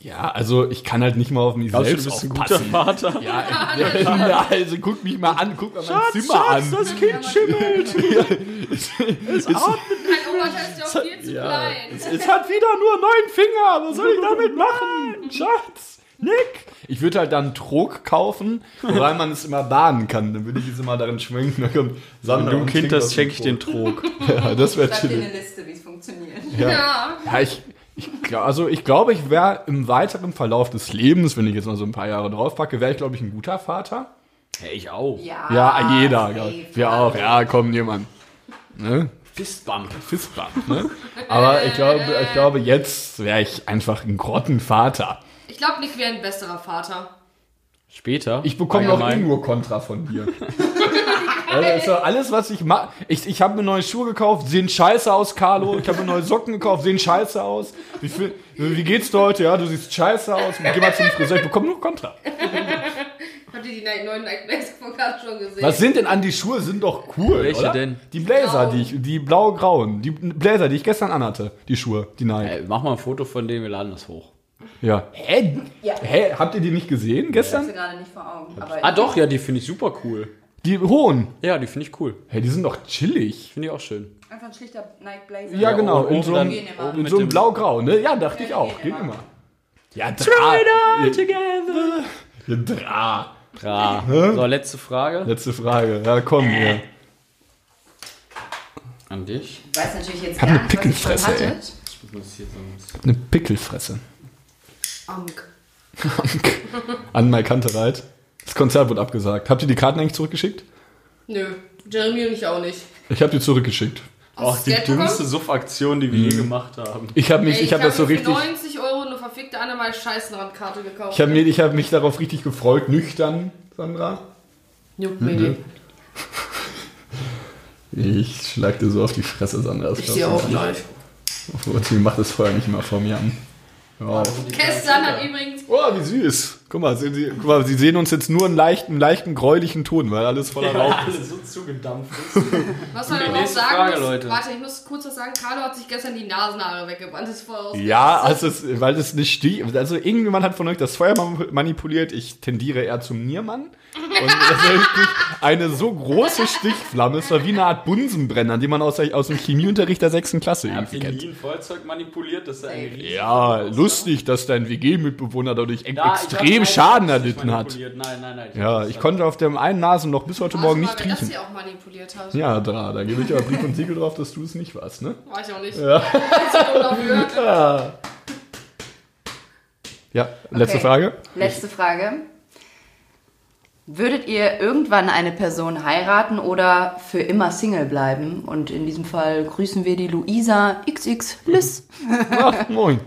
[SPEAKER 2] Ja, also ich kann halt nicht mal auf mich selbst aufpassen.
[SPEAKER 1] Vater.
[SPEAKER 2] Ja, ja, also guck mich mal an, guck mal mein Zimmer an.
[SPEAKER 1] Kind schimmelt.
[SPEAKER 6] Mein Oberteil ist ja auch viel zu klein.
[SPEAKER 2] Es hat wieder nur neun Finger. Was soll ich damit machen? Schatz! Nick! Ich würde halt dann Trog kaufen, wobei man es immer baden kann. Dann würde ich es immer darin schwenken. Dann kommt Sandra
[SPEAKER 1] Du
[SPEAKER 2] und
[SPEAKER 1] Kind,
[SPEAKER 2] trinkt aus
[SPEAKER 1] das
[SPEAKER 2] dem
[SPEAKER 1] schenke ich den
[SPEAKER 2] Trog.
[SPEAKER 1] Trog.
[SPEAKER 2] Ja, das wäre
[SPEAKER 7] Schreib dir
[SPEAKER 2] chillig.
[SPEAKER 7] eine Liste, wie es funktioniert.
[SPEAKER 6] Ja.
[SPEAKER 2] Ja, ich, ich, gla- also ich glaube, ich wäre im weiteren Verlauf des Lebens, wenn ich jetzt mal so ein paar Jahre draufpacke, wäre ich, glaube ich, ein guter Vater.
[SPEAKER 1] Hey, ich auch.
[SPEAKER 7] Ja,
[SPEAKER 2] ja, jeder.
[SPEAKER 7] safe.
[SPEAKER 2] glaub ich. Wir auch. Ja, komm, jemand. Ne?
[SPEAKER 1] Fistbump.
[SPEAKER 2] Fistbump, ne? Aber ich glaube, ich glaube jetzt wäre ich einfach ein Grottenvater.
[SPEAKER 6] Ich glaube, Nick wäre ein besserer Vater.
[SPEAKER 1] Später.
[SPEAKER 2] Ich bekomme noch
[SPEAKER 1] Allgemein.
[SPEAKER 2] eh nur Kontra von dir. also alles, was ich mache. Ich, ich habe mir neue Schuhe gekauft, sehen scheiße aus, Carlo. Ich habe mir neue Socken gekauft, sehen scheiße aus. Wie, viel, wie geht's dir heute? Ja, du siehst scheiße aus. Geh mal zum Friseur. Ich bekomme nur Kontra.
[SPEAKER 6] Habt ihr die ne- neuen Nike Blaze von gerade schon gesehen?
[SPEAKER 2] Was sind denn an die Schuhe? Sind doch cool.
[SPEAKER 1] Welche
[SPEAKER 2] oder?
[SPEAKER 1] denn?
[SPEAKER 2] Die Blazer,
[SPEAKER 6] Blau.
[SPEAKER 2] die ich, die blau-grauen. Die Blazer, die ich gestern anhatte. Die Schuhe, die Nike.
[SPEAKER 1] Ey, Äh, mach mal ein Foto von dem, wir laden das hoch.
[SPEAKER 2] Ja. Hä? Hä? Habt ihr die nicht gesehen
[SPEAKER 7] Ich
[SPEAKER 2] gestern?
[SPEAKER 7] hab's gerade nicht vor Augen. Aber
[SPEAKER 1] Ah doch, ja, die finde ich super cool.
[SPEAKER 2] Die hohen.
[SPEAKER 1] Ja, die finde ich cool.
[SPEAKER 2] Hä, die sind doch chillig.
[SPEAKER 1] Finde ich auch schön.
[SPEAKER 7] einfach ein schlichter Nike Blazer.
[SPEAKER 2] Ja, genau.
[SPEAKER 1] oben
[SPEAKER 2] In so einem,
[SPEAKER 1] dann-
[SPEAKER 7] Gehen immer.
[SPEAKER 2] in
[SPEAKER 1] mit
[SPEAKER 2] so
[SPEAKER 1] dem-
[SPEAKER 2] einem blau-grau, ne? Ja, dachte ich auch. Geht immer. Ja, dra.
[SPEAKER 1] Together.
[SPEAKER 2] Ja, Ah, dra.
[SPEAKER 1] Bra. So, letzte Frage
[SPEAKER 2] Letzte Frage. Ja, komm hier.
[SPEAKER 1] an dich.
[SPEAKER 7] Ich weiß natürlich jetzt
[SPEAKER 2] Hab
[SPEAKER 7] gar
[SPEAKER 2] eine
[SPEAKER 7] nicht, was ihr schon
[SPEAKER 2] Pickelfresse, ey.
[SPEAKER 7] hattet.
[SPEAKER 2] Eine Pickelfresse.
[SPEAKER 6] Amk.
[SPEAKER 2] An Mike Kantereit. Das Konzert wurde abgesagt. Habt ihr die Karten eigentlich zurückgeschickt?
[SPEAKER 6] Nö, Jeremy und ich auch nicht.
[SPEAKER 2] Ich habe die zurückgeschickt.
[SPEAKER 6] Hast du das Geld bekommen?
[SPEAKER 1] Suffaktion, die wir je gemacht haben.
[SPEAKER 2] Ich habe mich,
[SPEAKER 6] Ey,
[SPEAKER 2] ich habe das so
[SPEAKER 6] mir
[SPEAKER 2] richtig.
[SPEAKER 6] für 90 Euro eine verfickte Annemal Scheißenrandkarte gekauft.
[SPEAKER 2] Ich habe mir, ich habe mich darauf richtig gefreut, nüchtern, Sandra.
[SPEAKER 6] Juckt mir nicht.
[SPEAKER 2] Ich schlag dir so auf die Fresse, Sandra. Das
[SPEAKER 6] Ich sehe auch
[SPEAKER 2] nicht.
[SPEAKER 6] gleich.
[SPEAKER 2] Routine macht das Feuer nicht immer vor mir an. Wow.
[SPEAKER 6] Gestern hat übrigens
[SPEAKER 2] Oh, wie süß. Guck mal, sehen Sie, guck mal, Sie sehen uns jetzt nur einen leichten, leichten gräulichen Ton, weil alles voller Rauch ist.
[SPEAKER 1] Alles so zugedampft.
[SPEAKER 6] Was man aber auch
[SPEAKER 1] nächste
[SPEAKER 6] sagen
[SPEAKER 1] Frage,
[SPEAKER 6] muss,
[SPEAKER 1] Leute.
[SPEAKER 6] warte, ich muss kurz was sagen, Carlo hat sich gestern die Nasenhaare weggewandt, das ist voll aus.
[SPEAKER 2] Ja, also es, weil es nicht stimmt. Also irgendjemand hat von euch das Feuer ma- manipuliert. Ich tendiere eher zum Niermann. Und tatsächlich eine so große Stichflamme, es war wie eine Art Bunsenbrenner, die man aus, der- aus dem Chemieunterricht der sechsten Klasse irgendwie kennt.
[SPEAKER 1] Vollzeug manipuliert, dass er ein
[SPEAKER 2] Ja, lustig, dass dein WG-Mitbewohner dadurch
[SPEAKER 1] Ja, ich hab
[SPEAKER 2] extrem Schaden erlitten hat.
[SPEAKER 1] Nein, nein, nein.
[SPEAKER 2] Ja, ich konnte auf dem einen Nasenloch bis heute Morgen nicht
[SPEAKER 6] Wer das
[SPEAKER 2] riechen.
[SPEAKER 6] hier auch manipuliert hat.
[SPEAKER 2] Ja, da, da gebe ich aber Brief und Siegel drauf, dass du es nicht warst, ne?
[SPEAKER 6] War ich auch nicht. Ja. dafür.
[SPEAKER 2] Ja, letzte
[SPEAKER 7] Okay.
[SPEAKER 2] Frage.
[SPEAKER 7] Letzte Frage. Würdet ihr irgendwann eine Person heiraten oder für immer Single bleiben? Und in diesem Fall grüßen wir die Luisa XX Lys.
[SPEAKER 2] Ach, moin.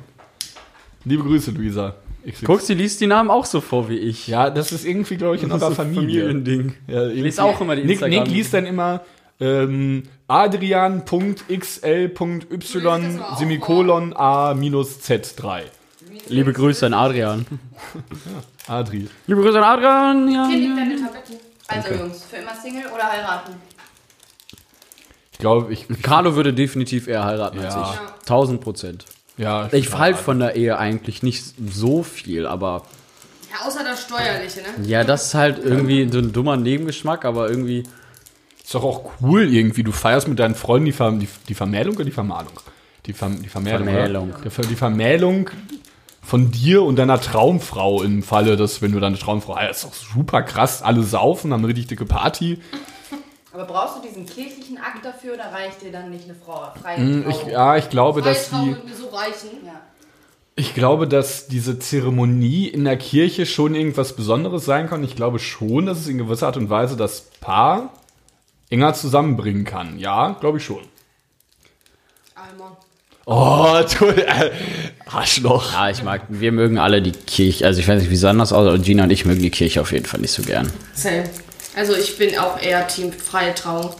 [SPEAKER 2] Liebe Grüße, Luisa. Ich-
[SPEAKER 1] Guckst du, liest die Namen auch so vor wie ich.
[SPEAKER 2] Ja, das ist irgendwie, glaube ich, in unserer Familie.
[SPEAKER 1] Familiending.
[SPEAKER 2] Ja,
[SPEAKER 1] Ich lese auch immer die
[SPEAKER 2] Nick,
[SPEAKER 1] Instagram.
[SPEAKER 2] Nick liest dann immer ähm, Adrian.xl.y Semikolon A-Z3.
[SPEAKER 1] Liebe Grüße an Adrian.
[SPEAKER 2] Adri.
[SPEAKER 1] Liebe Grüße an Adrian.
[SPEAKER 6] Hier
[SPEAKER 1] Ja.
[SPEAKER 6] liegt deine Tabletten.
[SPEAKER 7] Also Jungs, für immer Single oder heiraten?
[SPEAKER 2] Ich glaube, ich.
[SPEAKER 1] Carlo würde definitiv eher heiraten als
[SPEAKER 2] Ja.
[SPEAKER 1] ich. 1000 Prozent.
[SPEAKER 2] Ja,
[SPEAKER 1] Ich halte
[SPEAKER 2] verrate.
[SPEAKER 1] von der Ehe eigentlich nicht so viel, aber
[SPEAKER 6] Ja, außer das Steuerliche, ne?
[SPEAKER 1] ja, das ist halt irgendwie so ein dummer Nebengeschmack, aber irgendwie.
[SPEAKER 2] Ist doch auch cool irgendwie. Du feierst mit deinen Freunden die, Ver die, die Vermählung oder die Vermahlung? Die, Ver die Vermählung.
[SPEAKER 1] Vermählung.
[SPEAKER 2] Oder? Die, Ver die Vermählung von dir und deiner Traumfrau im Falle, dass wenn du deine Traumfrau heiratest, ist doch super krass. Alle saufen, haben eine richtig dicke Party.
[SPEAKER 7] Aber brauchst du diesen kirchlichen Akt dafür oder reicht dir dann nicht eine Frau? Freie
[SPEAKER 2] Hm,
[SPEAKER 6] Genau.
[SPEAKER 2] Ich, ja, ich glaube, dass die,
[SPEAKER 6] Freitagen so reichen.
[SPEAKER 7] Ja.
[SPEAKER 2] ich glaube, dass diese Zeremonie in der Kirche schon irgendwas Besonderes sein kann. Ich glaube schon, dass es in gewisser Art und Weise das Paar enger zusammenbringen kann. Ja, glaube ich schon.
[SPEAKER 6] Einmal.
[SPEAKER 2] Oh, toll. Äh, Arschloch.
[SPEAKER 1] Ja, ich mag, wir mögen alle die Kirche. Also ich weiß nicht, wie es anders aussieht, aber Gina und ich mögen die Kirche auf jeden Fall nicht so gern.
[SPEAKER 6] Same. Also ich bin auch eher Team freie Trauung.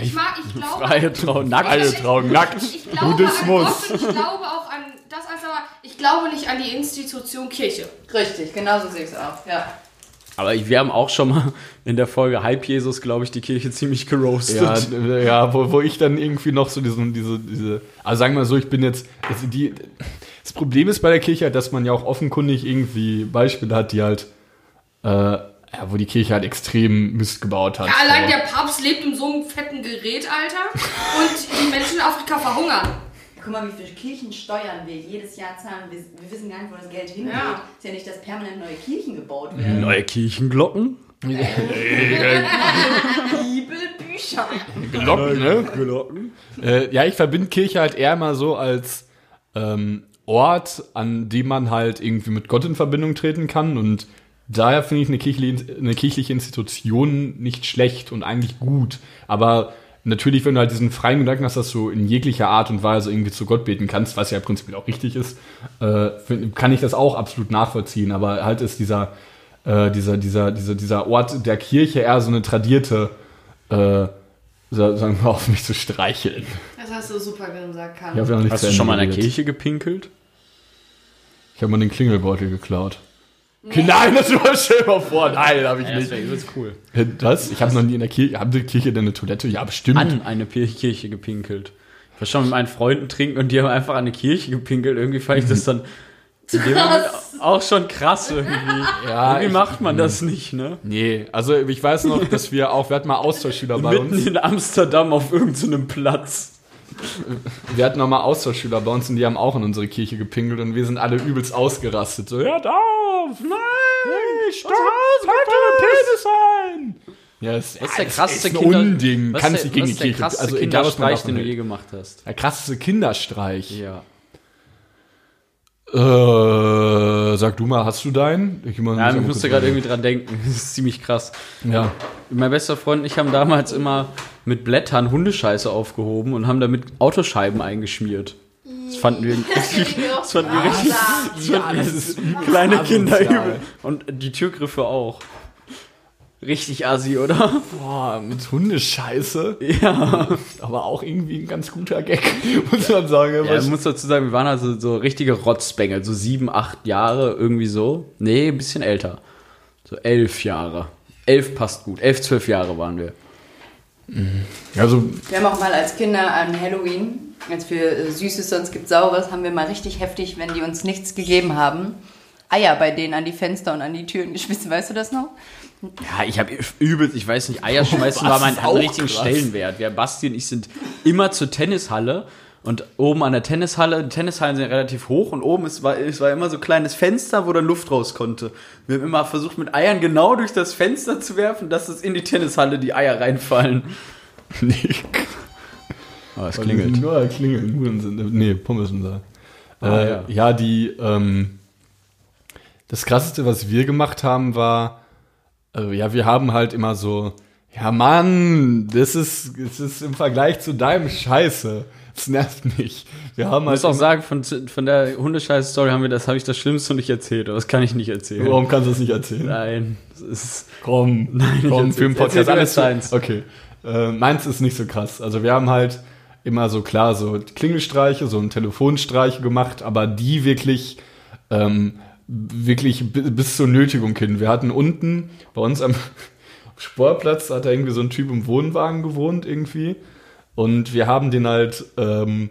[SPEAKER 6] Ich mag, ich glaube,
[SPEAKER 1] Traum, nackt.
[SPEAKER 2] Alle Trauung nackt.
[SPEAKER 6] ich glaube
[SPEAKER 2] Buddhismus.
[SPEAKER 6] an Gott und ich glaube auch an das alles, aber ich glaube nicht an die Institution Kirche.
[SPEAKER 7] Richtig, genau so sehe ich es auch. Ja.
[SPEAKER 1] Aber ich- wir haben auch schon mal in der Folge Hype Jesus, glaube ich, die Kirche ziemlich geroastet.
[SPEAKER 2] Ja, d- ja wo, wo ich dann irgendwie noch so diesen, diese, diese, also sagen wir mal so, ich bin jetzt, also die, das Problem ist bei der Kirche, halt, dass man ja auch offenkundig irgendwie Beispiele hat, die halt, äh, ja, wo die Kirche halt extrem Mist gebaut hat.
[SPEAKER 6] Ja, allein
[SPEAKER 2] Aber-
[SPEAKER 6] der Papst lebt in so einem fetten Gerät, Alter, und die Menschen in Afrika verhungern.
[SPEAKER 7] Guck mal, wie viele Kirchensteuern wir jedes Jahr zahlen. Wir, wir wissen gar nicht, wo das Geld hingeht.
[SPEAKER 6] Ja.
[SPEAKER 7] Ist ja nicht, dass permanent neue Kirchen gebaut werden.
[SPEAKER 1] Neue Kirchenglocken?
[SPEAKER 7] Bibelbücher.
[SPEAKER 2] Glocken, ne? Äh, ja, ich verbinde Kirche halt eher mal so als ähm, Ort, an dem man halt irgendwie mit Gott in Verbindung treten kann. Und daher finde ich eine kirchliche, eine kirchliche Institution nicht schlecht und eigentlich gut. Aber natürlich, wenn du halt diesen freien Gedanken hast, dass du in jeglicher Art und Weise irgendwie zu Gott beten kannst, was ja prinzipiell auch richtig ist, äh, find, kann ich das auch absolut nachvollziehen. Aber halt ist dieser, äh, dieser, dieser, dieser, dieser Ort der Kirche eher so eine tradierte äh, sa- sagen wir auf mich zu streicheln.
[SPEAKER 6] Das hast du super gesagt, Karl.
[SPEAKER 2] Ich hab ja noch nicht
[SPEAKER 1] Hast
[SPEAKER 2] zu
[SPEAKER 1] du
[SPEAKER 2] Ende
[SPEAKER 1] schon mal in der
[SPEAKER 2] geredet.
[SPEAKER 1] Kirche gepinkelt?
[SPEAKER 2] Ich habe mal den Klingelbeutel geklaut. Nein, das war schon mal vor. Nein, habe ich
[SPEAKER 1] Ja, das wär
[SPEAKER 2] nicht.
[SPEAKER 1] übelst cool.
[SPEAKER 2] Das? Ich habe noch nie in der Kirche. Haben die Kirche denn eine Toilette? Ja, bestimmt.
[SPEAKER 1] An eine Pir- Kirche gepinkelt. Ich war schon mit meinen Freunden trinken und die haben einfach an eine Kirche gepinkelt. Irgendwie fand ich das dann in dem Moment auch schon krass irgendwie.
[SPEAKER 2] Ja,
[SPEAKER 1] irgendwie
[SPEAKER 2] ich-
[SPEAKER 1] macht man das nicht, ne?
[SPEAKER 2] Nee, also ich weiß noch, dass wir auch, wir hatten mal Austauschschüler bei
[SPEAKER 1] Mitten
[SPEAKER 2] uns.
[SPEAKER 1] in Amsterdam auf irgendeinem Platz.
[SPEAKER 2] Wir hatten noch mal Austauschschüler bei uns und die haben auch in unsere Kirche gepinkelt und wir sind alle übelst ausgerastet. So, hört auf! Nein! Stopp! Was kann Penis sein? Ja, das
[SPEAKER 1] Was
[SPEAKER 2] ist
[SPEAKER 1] ist der krasseste
[SPEAKER 2] ist ein
[SPEAKER 1] Kinder-
[SPEAKER 2] Unding.
[SPEAKER 1] was
[SPEAKER 2] Kannst
[SPEAKER 1] der-
[SPEAKER 2] nicht
[SPEAKER 1] was
[SPEAKER 2] gegen die
[SPEAKER 1] ist der
[SPEAKER 2] Kirche.
[SPEAKER 1] krasseste
[SPEAKER 2] Also egal, was man
[SPEAKER 1] Kinderstreich,
[SPEAKER 2] davon
[SPEAKER 1] den du
[SPEAKER 2] hält.
[SPEAKER 1] je gemacht hast.
[SPEAKER 2] Der krasseste Kinderstreich.
[SPEAKER 1] Ja.
[SPEAKER 2] Äh, sag du mal, hast du deinen? Ich, muss-
[SPEAKER 1] Ja, ich
[SPEAKER 2] muss
[SPEAKER 1] musste
[SPEAKER 2] kurz-
[SPEAKER 1] gerade irgendwie dran denken. Das ist ziemlich krass.
[SPEAKER 2] Ja.
[SPEAKER 1] Mein bester Freund und ich haben damals immer mit Blättern Hundescheiße aufgehoben und haben damit Autoscheiben eingeschmiert. Das fanden wir, das fanden wir richtig. Das fanden wir
[SPEAKER 2] ist
[SPEAKER 1] kleine
[SPEAKER 2] asozial.
[SPEAKER 1] Kinder übel. Und die Türgriffe auch. Richtig assi, oder?
[SPEAKER 2] Boah, mit Hundescheiße.
[SPEAKER 1] Ja.
[SPEAKER 2] Aber auch irgendwie ein ganz guter Gag, muss man sagen.
[SPEAKER 1] ja ich muss dazu sagen, wir waren also so richtige Rotzbengel. So sieben, acht Jahre irgendwie so. Nee, ein bisschen älter. So elf Jahre. Elf passt gut. Elf, zwölf Jahre waren wir.
[SPEAKER 2] also,
[SPEAKER 7] Wir haben auch mal als Kinder an Halloween, als wir äh, Süßes, sonst gibt Saures, haben wir mal richtig heftig, wenn die uns nichts gegeben haben, Eier bei denen an die Fenster und an die Türen geschmissen. Weißt du das noch?
[SPEAKER 1] Ja, ich habe übelst, ich weiß nicht, Eier schmeißen war mein
[SPEAKER 2] Oh, ist
[SPEAKER 1] hat einen
[SPEAKER 2] auch
[SPEAKER 1] richtigen
[SPEAKER 2] krass.
[SPEAKER 1] Stellenwert. Wir, Basti und ich sind immer zur Tennishalle Und oben an der Tennishalle, die Tennishallen sind ja relativ hoch und oben ist, war, es war immer so ein kleines Fenster, wo dann Luft raus konnte. Wir haben immer versucht, mit Eiern genau durch das Fenster zu werfen, dass es in die Tennishalle die Eier reinfallen. Aber es klingelt.
[SPEAKER 2] Ja, Oh, klingelt. Nudeln halt sind. Nee, Pommes sind da.
[SPEAKER 1] Ah,
[SPEAKER 2] äh,
[SPEAKER 1] ja.
[SPEAKER 2] ja. die. Ähm, das krasseste, was wir gemacht haben, war. Äh, ja, wir haben halt immer so. Ja, Mann, das ist, das ist im Vergleich zu deinem Scheiße. Das nervt mich. Wir haben
[SPEAKER 1] Ich
[SPEAKER 2] halt.
[SPEAKER 1] muss auch
[SPEAKER 2] immer-
[SPEAKER 1] sagen, von, von der Hundescheiß-Story haben wir das, habe ich das Schlimmste nicht erzählt, aber das kann ich nicht erzählen.
[SPEAKER 2] Warum kannst du das nicht erzählen?
[SPEAKER 1] Nein, das ist,
[SPEAKER 2] Komm,
[SPEAKER 1] ich
[SPEAKER 2] komm,
[SPEAKER 1] erzähl's.
[SPEAKER 2] für den Podcast
[SPEAKER 1] Erzähl du erst
[SPEAKER 2] alles
[SPEAKER 1] deins.
[SPEAKER 2] deins. Okay. Äh, meins ist nicht so krass. Also wir haben halt immer so klar so Klingelstreiche, so einen Telefonstreiche gemacht, aber die wirklich ähm, wirklich bi- bis zur Nötigung hin. Wir hatten unten bei uns am Sportplatz hat da irgendwie so ein Typ im Wohnwagen gewohnt irgendwie und wir haben den halt ähm,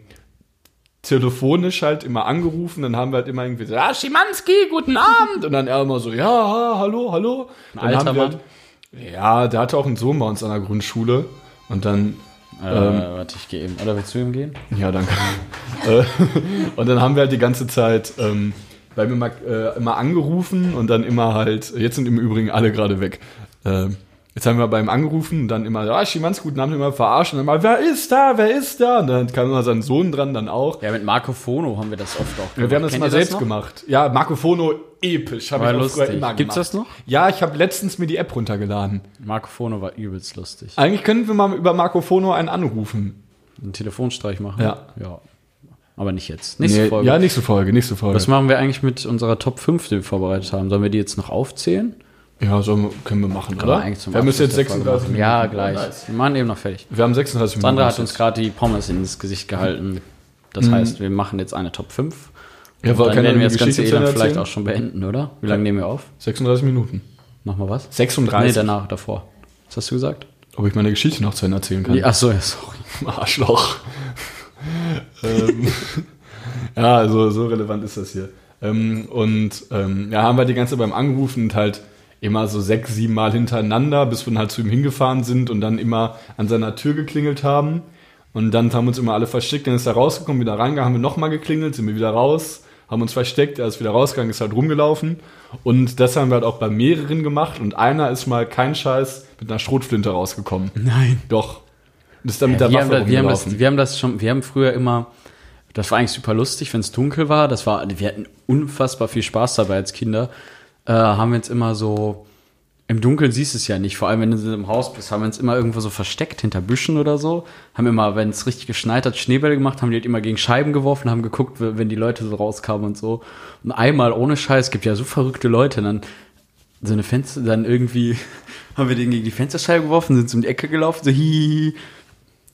[SPEAKER 2] telefonisch halt immer angerufen, dann haben wir halt immer irgendwie so, ah, Schimanski, guten Abend. Und dann er immer so, ja, hallo, hallo. Dann
[SPEAKER 1] alter
[SPEAKER 2] haben wir
[SPEAKER 1] Mann?
[SPEAKER 2] Halt, ja, der hatte auch einen Sohn bei uns an der Grundschule. Und dann,
[SPEAKER 1] äh, warte, ich gehe eben. Oder willst du ihm gehen?
[SPEAKER 2] ja, danke. Äh, und dann haben wir halt die ganze Zeit, ähm, weil wir immer, äh, immer angerufen und dann immer halt, jetzt sind im Übrigen alle gerade weg. Ähm, jetzt haben wir bei ihm angerufen und dann immer, ah, Schimanski, guten Abend, immer verarschen. Und dann immer, wer ist da, wer ist da? Und dann kam immer sein Sohn dran, dann auch.
[SPEAKER 1] Ja, mit Marco Fono haben wir das oft auch
[SPEAKER 2] Ja, wir haben
[SPEAKER 1] Äh,
[SPEAKER 2] das
[SPEAKER 1] Kennt
[SPEAKER 2] mal
[SPEAKER 1] ihr
[SPEAKER 2] selbst
[SPEAKER 1] noch?
[SPEAKER 2] gemacht. Ja, Marco Fono, episch. Habe ich
[SPEAKER 1] War
[SPEAKER 2] auch früher
[SPEAKER 1] lustig.
[SPEAKER 2] immer gemacht.
[SPEAKER 1] Gibt's das noch?
[SPEAKER 2] Ja, ich habe letztens mir die App runtergeladen.
[SPEAKER 1] Marco Fono war übelst lustig.
[SPEAKER 2] Eigentlich könnten wir mal über Marco Fono einen anrufen.
[SPEAKER 1] Einen Telefonstreich machen?
[SPEAKER 2] Ja.
[SPEAKER 1] ja. Aber nicht jetzt. Nächste
[SPEAKER 2] Nee,
[SPEAKER 1] Folge.
[SPEAKER 2] Ja, nächste Folge, nächste Folge.
[SPEAKER 1] Was machen wir eigentlich mit unserer Top 5, die wir vorbereitet haben? Sollen wir die jetzt noch aufzählen?
[SPEAKER 2] ja, so können wir machen,
[SPEAKER 1] Können
[SPEAKER 2] oder?
[SPEAKER 1] eigentlich zum
[SPEAKER 2] wir
[SPEAKER 1] Abschluss
[SPEAKER 2] müssen jetzt
[SPEAKER 1] der Folge
[SPEAKER 2] 36
[SPEAKER 1] machen.
[SPEAKER 2] Minuten.
[SPEAKER 1] Ja, gleich. Wir machen eben noch fertig.
[SPEAKER 2] Wir haben 36 Minuten.
[SPEAKER 1] Sandra hat uns gerade die Pommes ins Gesicht gehalten. Das heißt, wir machen jetzt eine Top 5.
[SPEAKER 2] Mhm. Ja, war
[SPEAKER 1] Dann
[SPEAKER 2] keine
[SPEAKER 1] werden wir das
[SPEAKER 2] Geschichte
[SPEAKER 1] ganze
[SPEAKER 2] zu
[SPEAKER 1] Elend
[SPEAKER 2] erzählen?
[SPEAKER 1] vielleicht auch schon beenden, oder? Wie lange nehmen wir auf?
[SPEAKER 2] 36 Minuten.
[SPEAKER 1] Nochmal was?
[SPEAKER 2] 36.
[SPEAKER 1] Nee, danach, davor. Was hast du gesagt?
[SPEAKER 2] Ob ich meine Geschichte noch zu Ende erzählen kann?
[SPEAKER 1] Nee, Ach so, ja, sorry.
[SPEAKER 2] Arschloch. ähm, ja, also so relevant ist das hier. Ähm, und ähm, ja, haben wir die ganze Zeit beim Anrufen und halt immer so sechs, sieben Mal hintereinander, bis wir dann halt zu ihm hingefahren sind und dann immer an seiner Tür geklingelt haben. Und dann haben uns immer alle versteckt, dann ist er rausgekommen, wieder reingegangen, haben wir nochmal geklingelt, sind wir wieder raus, haben uns versteckt, er ist wieder rausgegangen, ist halt rumgelaufen. Und das haben wir halt auch bei mehreren gemacht und einer ist mal kein Scheiß mit einer Schrotflinte rausgekommen.
[SPEAKER 1] Nein.
[SPEAKER 2] Doch. Und ist dann mit der
[SPEAKER 1] wir,
[SPEAKER 2] Waffe
[SPEAKER 1] haben, da- wir, haben das,
[SPEAKER 2] rumgelaufen.
[SPEAKER 1] wir haben das schon, wir haben früher immer, das war eigentlich super lustig, wenn es dunkel war. Das war, wir hatten unfassbar viel Spaß dabei als Kinder. Äh, haben wir uns immer so, im Dunkeln siehst du es ja nicht, vor allem wenn du im Haus bist, haben wir uns immer irgendwo so versteckt hinter Büschen oder so. Haben immer, wenn es richtig geschneit hat, Schneebälle gemacht, haben die halt immer gegen Scheiben geworfen, haben geguckt, w- wenn die Leute so rauskamen und so. Und einmal ohne Scheiß, gibt ja so verrückte Leute, und dann so eine Fenster, dann irgendwie haben wir den gegen die Fensterscheibe geworfen, sind zum die Ecke gelaufen, so hihihi.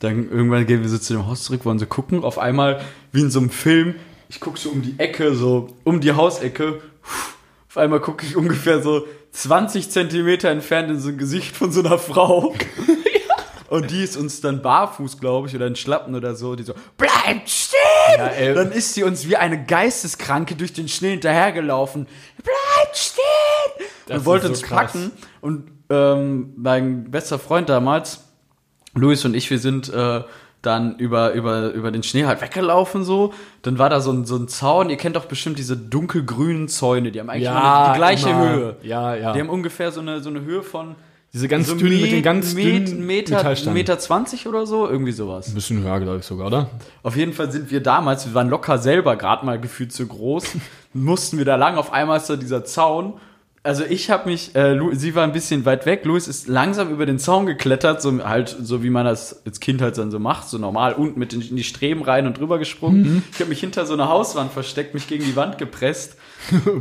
[SPEAKER 1] Dann irgendwann gehen wir so zu dem Haus zurück, wollen so gucken. Auf einmal, wie in so einem Film, ich gucke so um die Ecke, so um die Hausecke. Auf einmal gucke ich ungefähr so 20 Zentimeter entfernt in so ein Gesicht von so einer Frau. Und die ist uns dann barfuß, glaube ich, oder in Schlappen oder so, die so, bleibt stehen!
[SPEAKER 2] ey.
[SPEAKER 1] dann ist sie uns wie eine Geisteskranke durch den Schnee hinterhergelaufen. Bleibt stehen! und wollte
[SPEAKER 2] ist
[SPEAKER 1] uns
[SPEAKER 2] so krass.
[SPEAKER 1] packen. Und ähm, mein bester Freund damals, Luis und ich, wir sind äh, dann über, über, über den Schnee halt weggelaufen so. Dann war da so ein, so ein Zaun. Ihr kennt doch bestimmt diese dunkelgrünen Zäune. Die haben eigentlich
[SPEAKER 2] Ja,
[SPEAKER 1] immer die gleiche
[SPEAKER 2] immer.
[SPEAKER 1] Höhe.
[SPEAKER 2] Ja, ja.
[SPEAKER 1] Die haben ungefähr so eine, so eine Höhe von
[SPEAKER 2] Diese ganz
[SPEAKER 1] so
[SPEAKER 2] dünnen mit den
[SPEAKER 1] Met-
[SPEAKER 2] ganz
[SPEAKER 1] Met-
[SPEAKER 2] dünnen
[SPEAKER 1] Meter,
[SPEAKER 2] Metallstangen.
[SPEAKER 1] Meter 20 oder so. Irgendwie sowas.
[SPEAKER 2] Ein bisschen höher, glaube ich sogar, oder?
[SPEAKER 1] Auf jeden Fall sind wir damals, wir waren locker selber gerade mal gefühlt zu groß, mussten wir da lang. Auf einmal ist da dieser Zaun. Also ich habe mich, äh, Lu- sie war ein bisschen weit weg. Louis ist langsam über den Zaun geklettert, so halt so wie man das als Kind halt dann so macht, so normal unten mit in, in die Streben rein und drüber gesprungen. Ich habe mich hinter so einer Hauswand versteckt, mich gegen die Wand gepresst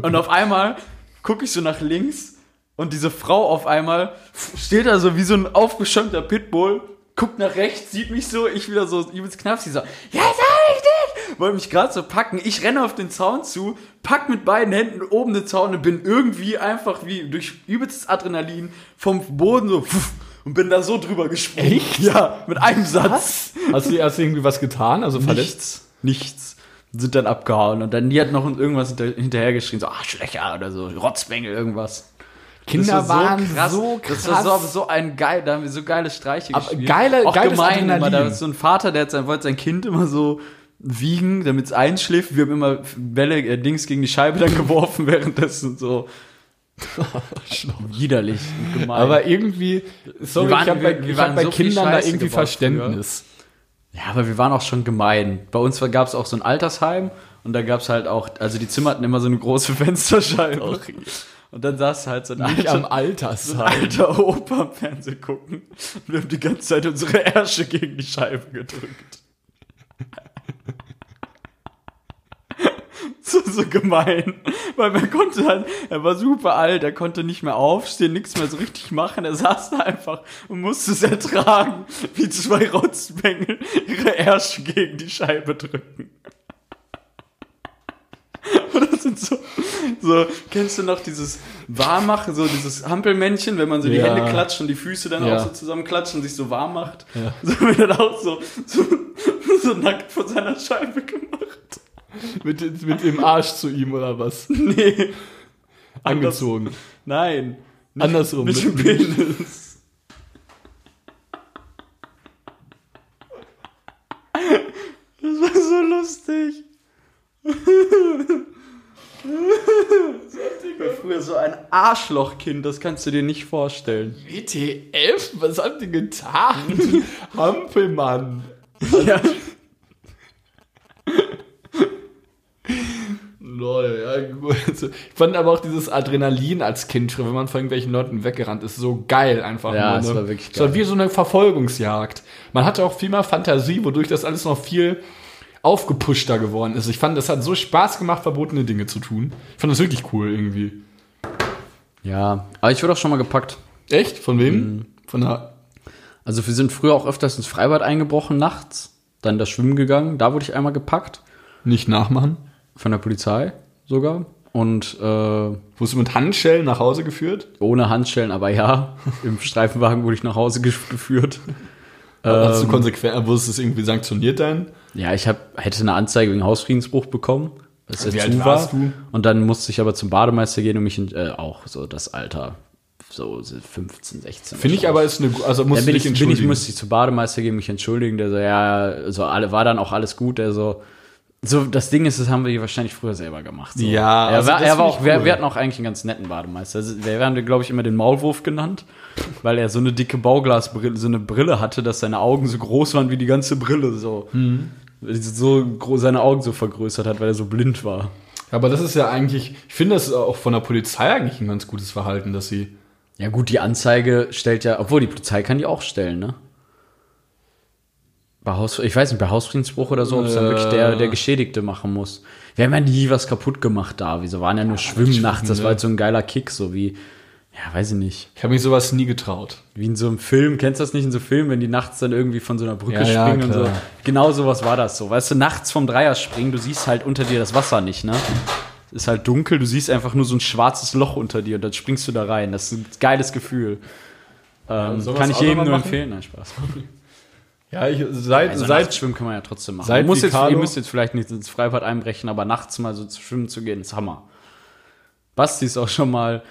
[SPEAKER 1] und auf einmal gucke ich so nach links und diese Frau auf einmal steht da so wie so ein aufgeschäumter Pitbull, guckt nach rechts, sieht mich so, ich wieder so übelst knapp, sie so, ja, sag ich dich! Wollte mich gerade so packen, ich renne auf den Zaun zu, pack mit beiden Händen oben den Zaun und bin irgendwie einfach wie durch übelstes Adrenalin vom Boden so pff, und bin da so drüber gesprungen. Echt? Ja, mit einem Satz.
[SPEAKER 2] Hast du, hast du irgendwie was getan? Also verletzt?
[SPEAKER 1] Nichts. Nichts. Sind dann abgehauen und dann die hat noch irgendwas hinter, hinterher geschrien, so Arschlöcher oder so, Rotzbengel, irgendwas.
[SPEAKER 2] Kinder
[SPEAKER 1] Das war Das war so, aber so ein geil, da haben wir so geile Streiche
[SPEAKER 2] Aber
[SPEAKER 1] gespielt.
[SPEAKER 2] geile-
[SPEAKER 1] Auch
[SPEAKER 2] geiles
[SPEAKER 1] gemein immer, da
[SPEAKER 2] Adrenalin.
[SPEAKER 1] ist so ein Vater, der hat sein, wollte sein Kind immer so wiegen, damit es einschläft. Wir haben immer Bälle äh, links gegen die Scheibe dann geworfen währenddessen so. Widerlich und gemein.
[SPEAKER 2] Aber irgendwie, sorry,
[SPEAKER 1] Wir waren-
[SPEAKER 2] ich habe bei,
[SPEAKER 1] wir- wir
[SPEAKER 2] ich
[SPEAKER 1] waren
[SPEAKER 2] hab bei
[SPEAKER 1] so viel
[SPEAKER 2] Kindern da
[SPEAKER 1] Scheiße
[SPEAKER 2] irgendwie
[SPEAKER 1] gebaut
[SPEAKER 2] Verständnis.
[SPEAKER 1] ja, aber wir waren auch schon gemein. Bei uns gab es auch so ein Altersheim und da gab es halt auch, also die Zimmer hatten immer so eine große Fensterscheibe. Und dann saß halt so ein
[SPEAKER 2] Nicht
[SPEAKER 1] alter-
[SPEAKER 2] am Altersheim.
[SPEAKER 1] alter Opa am Fernsehen gucken. Und wir haben die ganze Zeit unsere Ärsche gegen die Scheibe gedrückt. So, so gemein. Weil man konnte halt, er war super alt, er konnte nicht mehr aufstehen, nichts mehr so richtig machen. Er saß da einfach und musste es ertragen, wie zwei Rotzbengel ihre Ärsche gegen die Scheibe drücken. Und das sind so, so, kennst du noch dieses Warmmachen, so dieses Hampelmännchen, wenn man so die
[SPEAKER 2] Ja.
[SPEAKER 1] Hände klatscht und die Füße dann
[SPEAKER 2] Ja.
[SPEAKER 1] auch so zusammenklatscht und sich so warm macht?
[SPEAKER 2] Ja.
[SPEAKER 1] So wird er auch so, so, so nackt vor seiner Scheibe gemacht.
[SPEAKER 2] Mit, mit dem Arsch zu ihm oder was?
[SPEAKER 1] Nee,
[SPEAKER 2] Angezogen.
[SPEAKER 1] nein. Nicht,
[SPEAKER 2] Andersrum.
[SPEAKER 1] Nicht im
[SPEAKER 2] Mit-
[SPEAKER 1] Penis. Das war so lustig. Ich war früher so ein Arschlochkind, das kannst du dir nicht vorstellen.
[SPEAKER 2] WTF? Was habt ihr getan? Hampelmann.
[SPEAKER 1] Ja.
[SPEAKER 2] Lol, ja, gut. Ich fand aber auch dieses Adrenalin als Kind, wenn man vor irgendwelchen Leuten weggerannt ist, so geil einfach.
[SPEAKER 1] Ja,
[SPEAKER 2] nur,
[SPEAKER 1] es
[SPEAKER 2] ne?
[SPEAKER 1] war wirklich
[SPEAKER 2] Es war
[SPEAKER 1] geil.
[SPEAKER 2] wie so eine Verfolgungsjagd. Man hatte auch viel mehr Fantasie, wodurch das alles noch viel aufgepushter geworden ist. Ich fand, das hat so Spaß gemacht, verbotene Dinge zu tun. Ich fand das wirklich cool irgendwie.
[SPEAKER 1] Ja, aber ich wurde auch schon mal gepackt.
[SPEAKER 2] Echt? Von wem?
[SPEAKER 1] Mhm.
[SPEAKER 2] Von der.
[SPEAKER 1] Also wir sind früher auch öfters ins Freibad eingebrochen nachts, dann das Schwimmen gegangen, da wurde ich einmal gepackt,
[SPEAKER 2] Nicht nachmachen.
[SPEAKER 1] von der Polizei sogar. Und äh,
[SPEAKER 2] Wurdest du mit Handschellen nach Hause geführt?
[SPEAKER 1] ohne Handschellen, aber ja, im Streifenwagen wurde ich nach Hause gef- geführt.
[SPEAKER 2] Hast
[SPEAKER 1] Ähm.
[SPEAKER 2] du konsequent, wurdest du es irgendwie sanktioniert dann?
[SPEAKER 1] Ja, ich hab, hätte eine Anzeige wegen Hausfriedensbruch bekommen, was
[SPEAKER 2] Wie
[SPEAKER 1] dazu
[SPEAKER 2] alt
[SPEAKER 1] war.
[SPEAKER 2] warst du?
[SPEAKER 1] Und dann musste ich aber zum Bademeister gehen und mich in, äh, auch so das Alter, so 15, 16.
[SPEAKER 2] Finde ich aber ist eine, gu- also
[SPEAKER 1] Dann
[SPEAKER 2] musst du
[SPEAKER 1] bin ich,
[SPEAKER 2] dich
[SPEAKER 1] bin ich,
[SPEAKER 2] entschuldigen.
[SPEAKER 1] musste ich zum Bademeister gehen, mich entschuldigen. Der so, ja, so alle, war dann auch alles gut. Der so, so, das Ding ist, das haben wir hier wahrscheinlich früher selber gemacht. So.
[SPEAKER 2] Ja,
[SPEAKER 1] er
[SPEAKER 2] also
[SPEAKER 1] war,
[SPEAKER 2] das
[SPEAKER 1] er war
[SPEAKER 2] find ich
[SPEAKER 1] auch, wir,
[SPEAKER 2] cool.
[SPEAKER 1] wir hatten auch eigentlich einen ganz netten Bademeister. Also, Wir haben, glaube ich, immer den Maulwurf genannt, weil er so eine dicke Bauglasbrille, so eine Brille hatte, dass seine Augen so groß waren wie die ganze Brille, so.
[SPEAKER 2] Mhm.
[SPEAKER 1] So gro- seine Augen so vergrößert hat, weil er so blind war.
[SPEAKER 2] Aber das ist ja eigentlich, ich finde das ist auch von der Polizei eigentlich ein ganz gutes Verhalten, dass sie.
[SPEAKER 1] Ja, gut, die Anzeige stellt ja, obwohl die Polizei kann die auch stellen, ne? Bei Haus, ich weiß nicht, bei Hausfriedensbruch oder so, ob es dann
[SPEAKER 2] Äh.
[SPEAKER 1] wirklich der, der Geschädigte machen muss. Wir haben ja nie was kaputt gemacht da. Wieso waren ja nur Schwimmen nachts? Das
[SPEAKER 2] ne?
[SPEAKER 1] war halt so ein geiler Kick, so wie, ja, weiß ich nicht.
[SPEAKER 2] Ich habe mich sowas nie getraut.
[SPEAKER 1] Wie in so einem Film, kennst du das nicht in so Filmen, wenn die nachts dann irgendwie von so einer Brücke
[SPEAKER 2] Ja, ja,
[SPEAKER 1] springen und so.
[SPEAKER 2] klar.
[SPEAKER 1] Genau sowas war das so. Weißt du, nachts vom Dreier springen, du siehst halt unter dir das Wasser nicht, ne? Es ist halt dunkel, du siehst einfach nur so ein schwarzes Loch unter dir und dann springst du da rein. Das ist ein geiles Gefühl. Ähm,
[SPEAKER 2] soll
[SPEAKER 1] kann
[SPEAKER 2] man's
[SPEAKER 1] ich
[SPEAKER 2] auch
[SPEAKER 1] jedem
[SPEAKER 2] noch
[SPEAKER 1] nur
[SPEAKER 2] machen?
[SPEAKER 1] empfehlen. Nein, Spaß.
[SPEAKER 2] Ja, ich, seit,
[SPEAKER 1] Also
[SPEAKER 2] seit,
[SPEAKER 1] nachts schwimmen kann man ja trotzdem machen.
[SPEAKER 2] seit
[SPEAKER 1] Man muss jetzt,
[SPEAKER 2] Ricardo-
[SPEAKER 1] ihr müsst jetzt vielleicht nicht ins Freibad einbrechen, aber nachts mal so zu schwimmen zu gehen, ist Hammer. Basti ist auch schon mal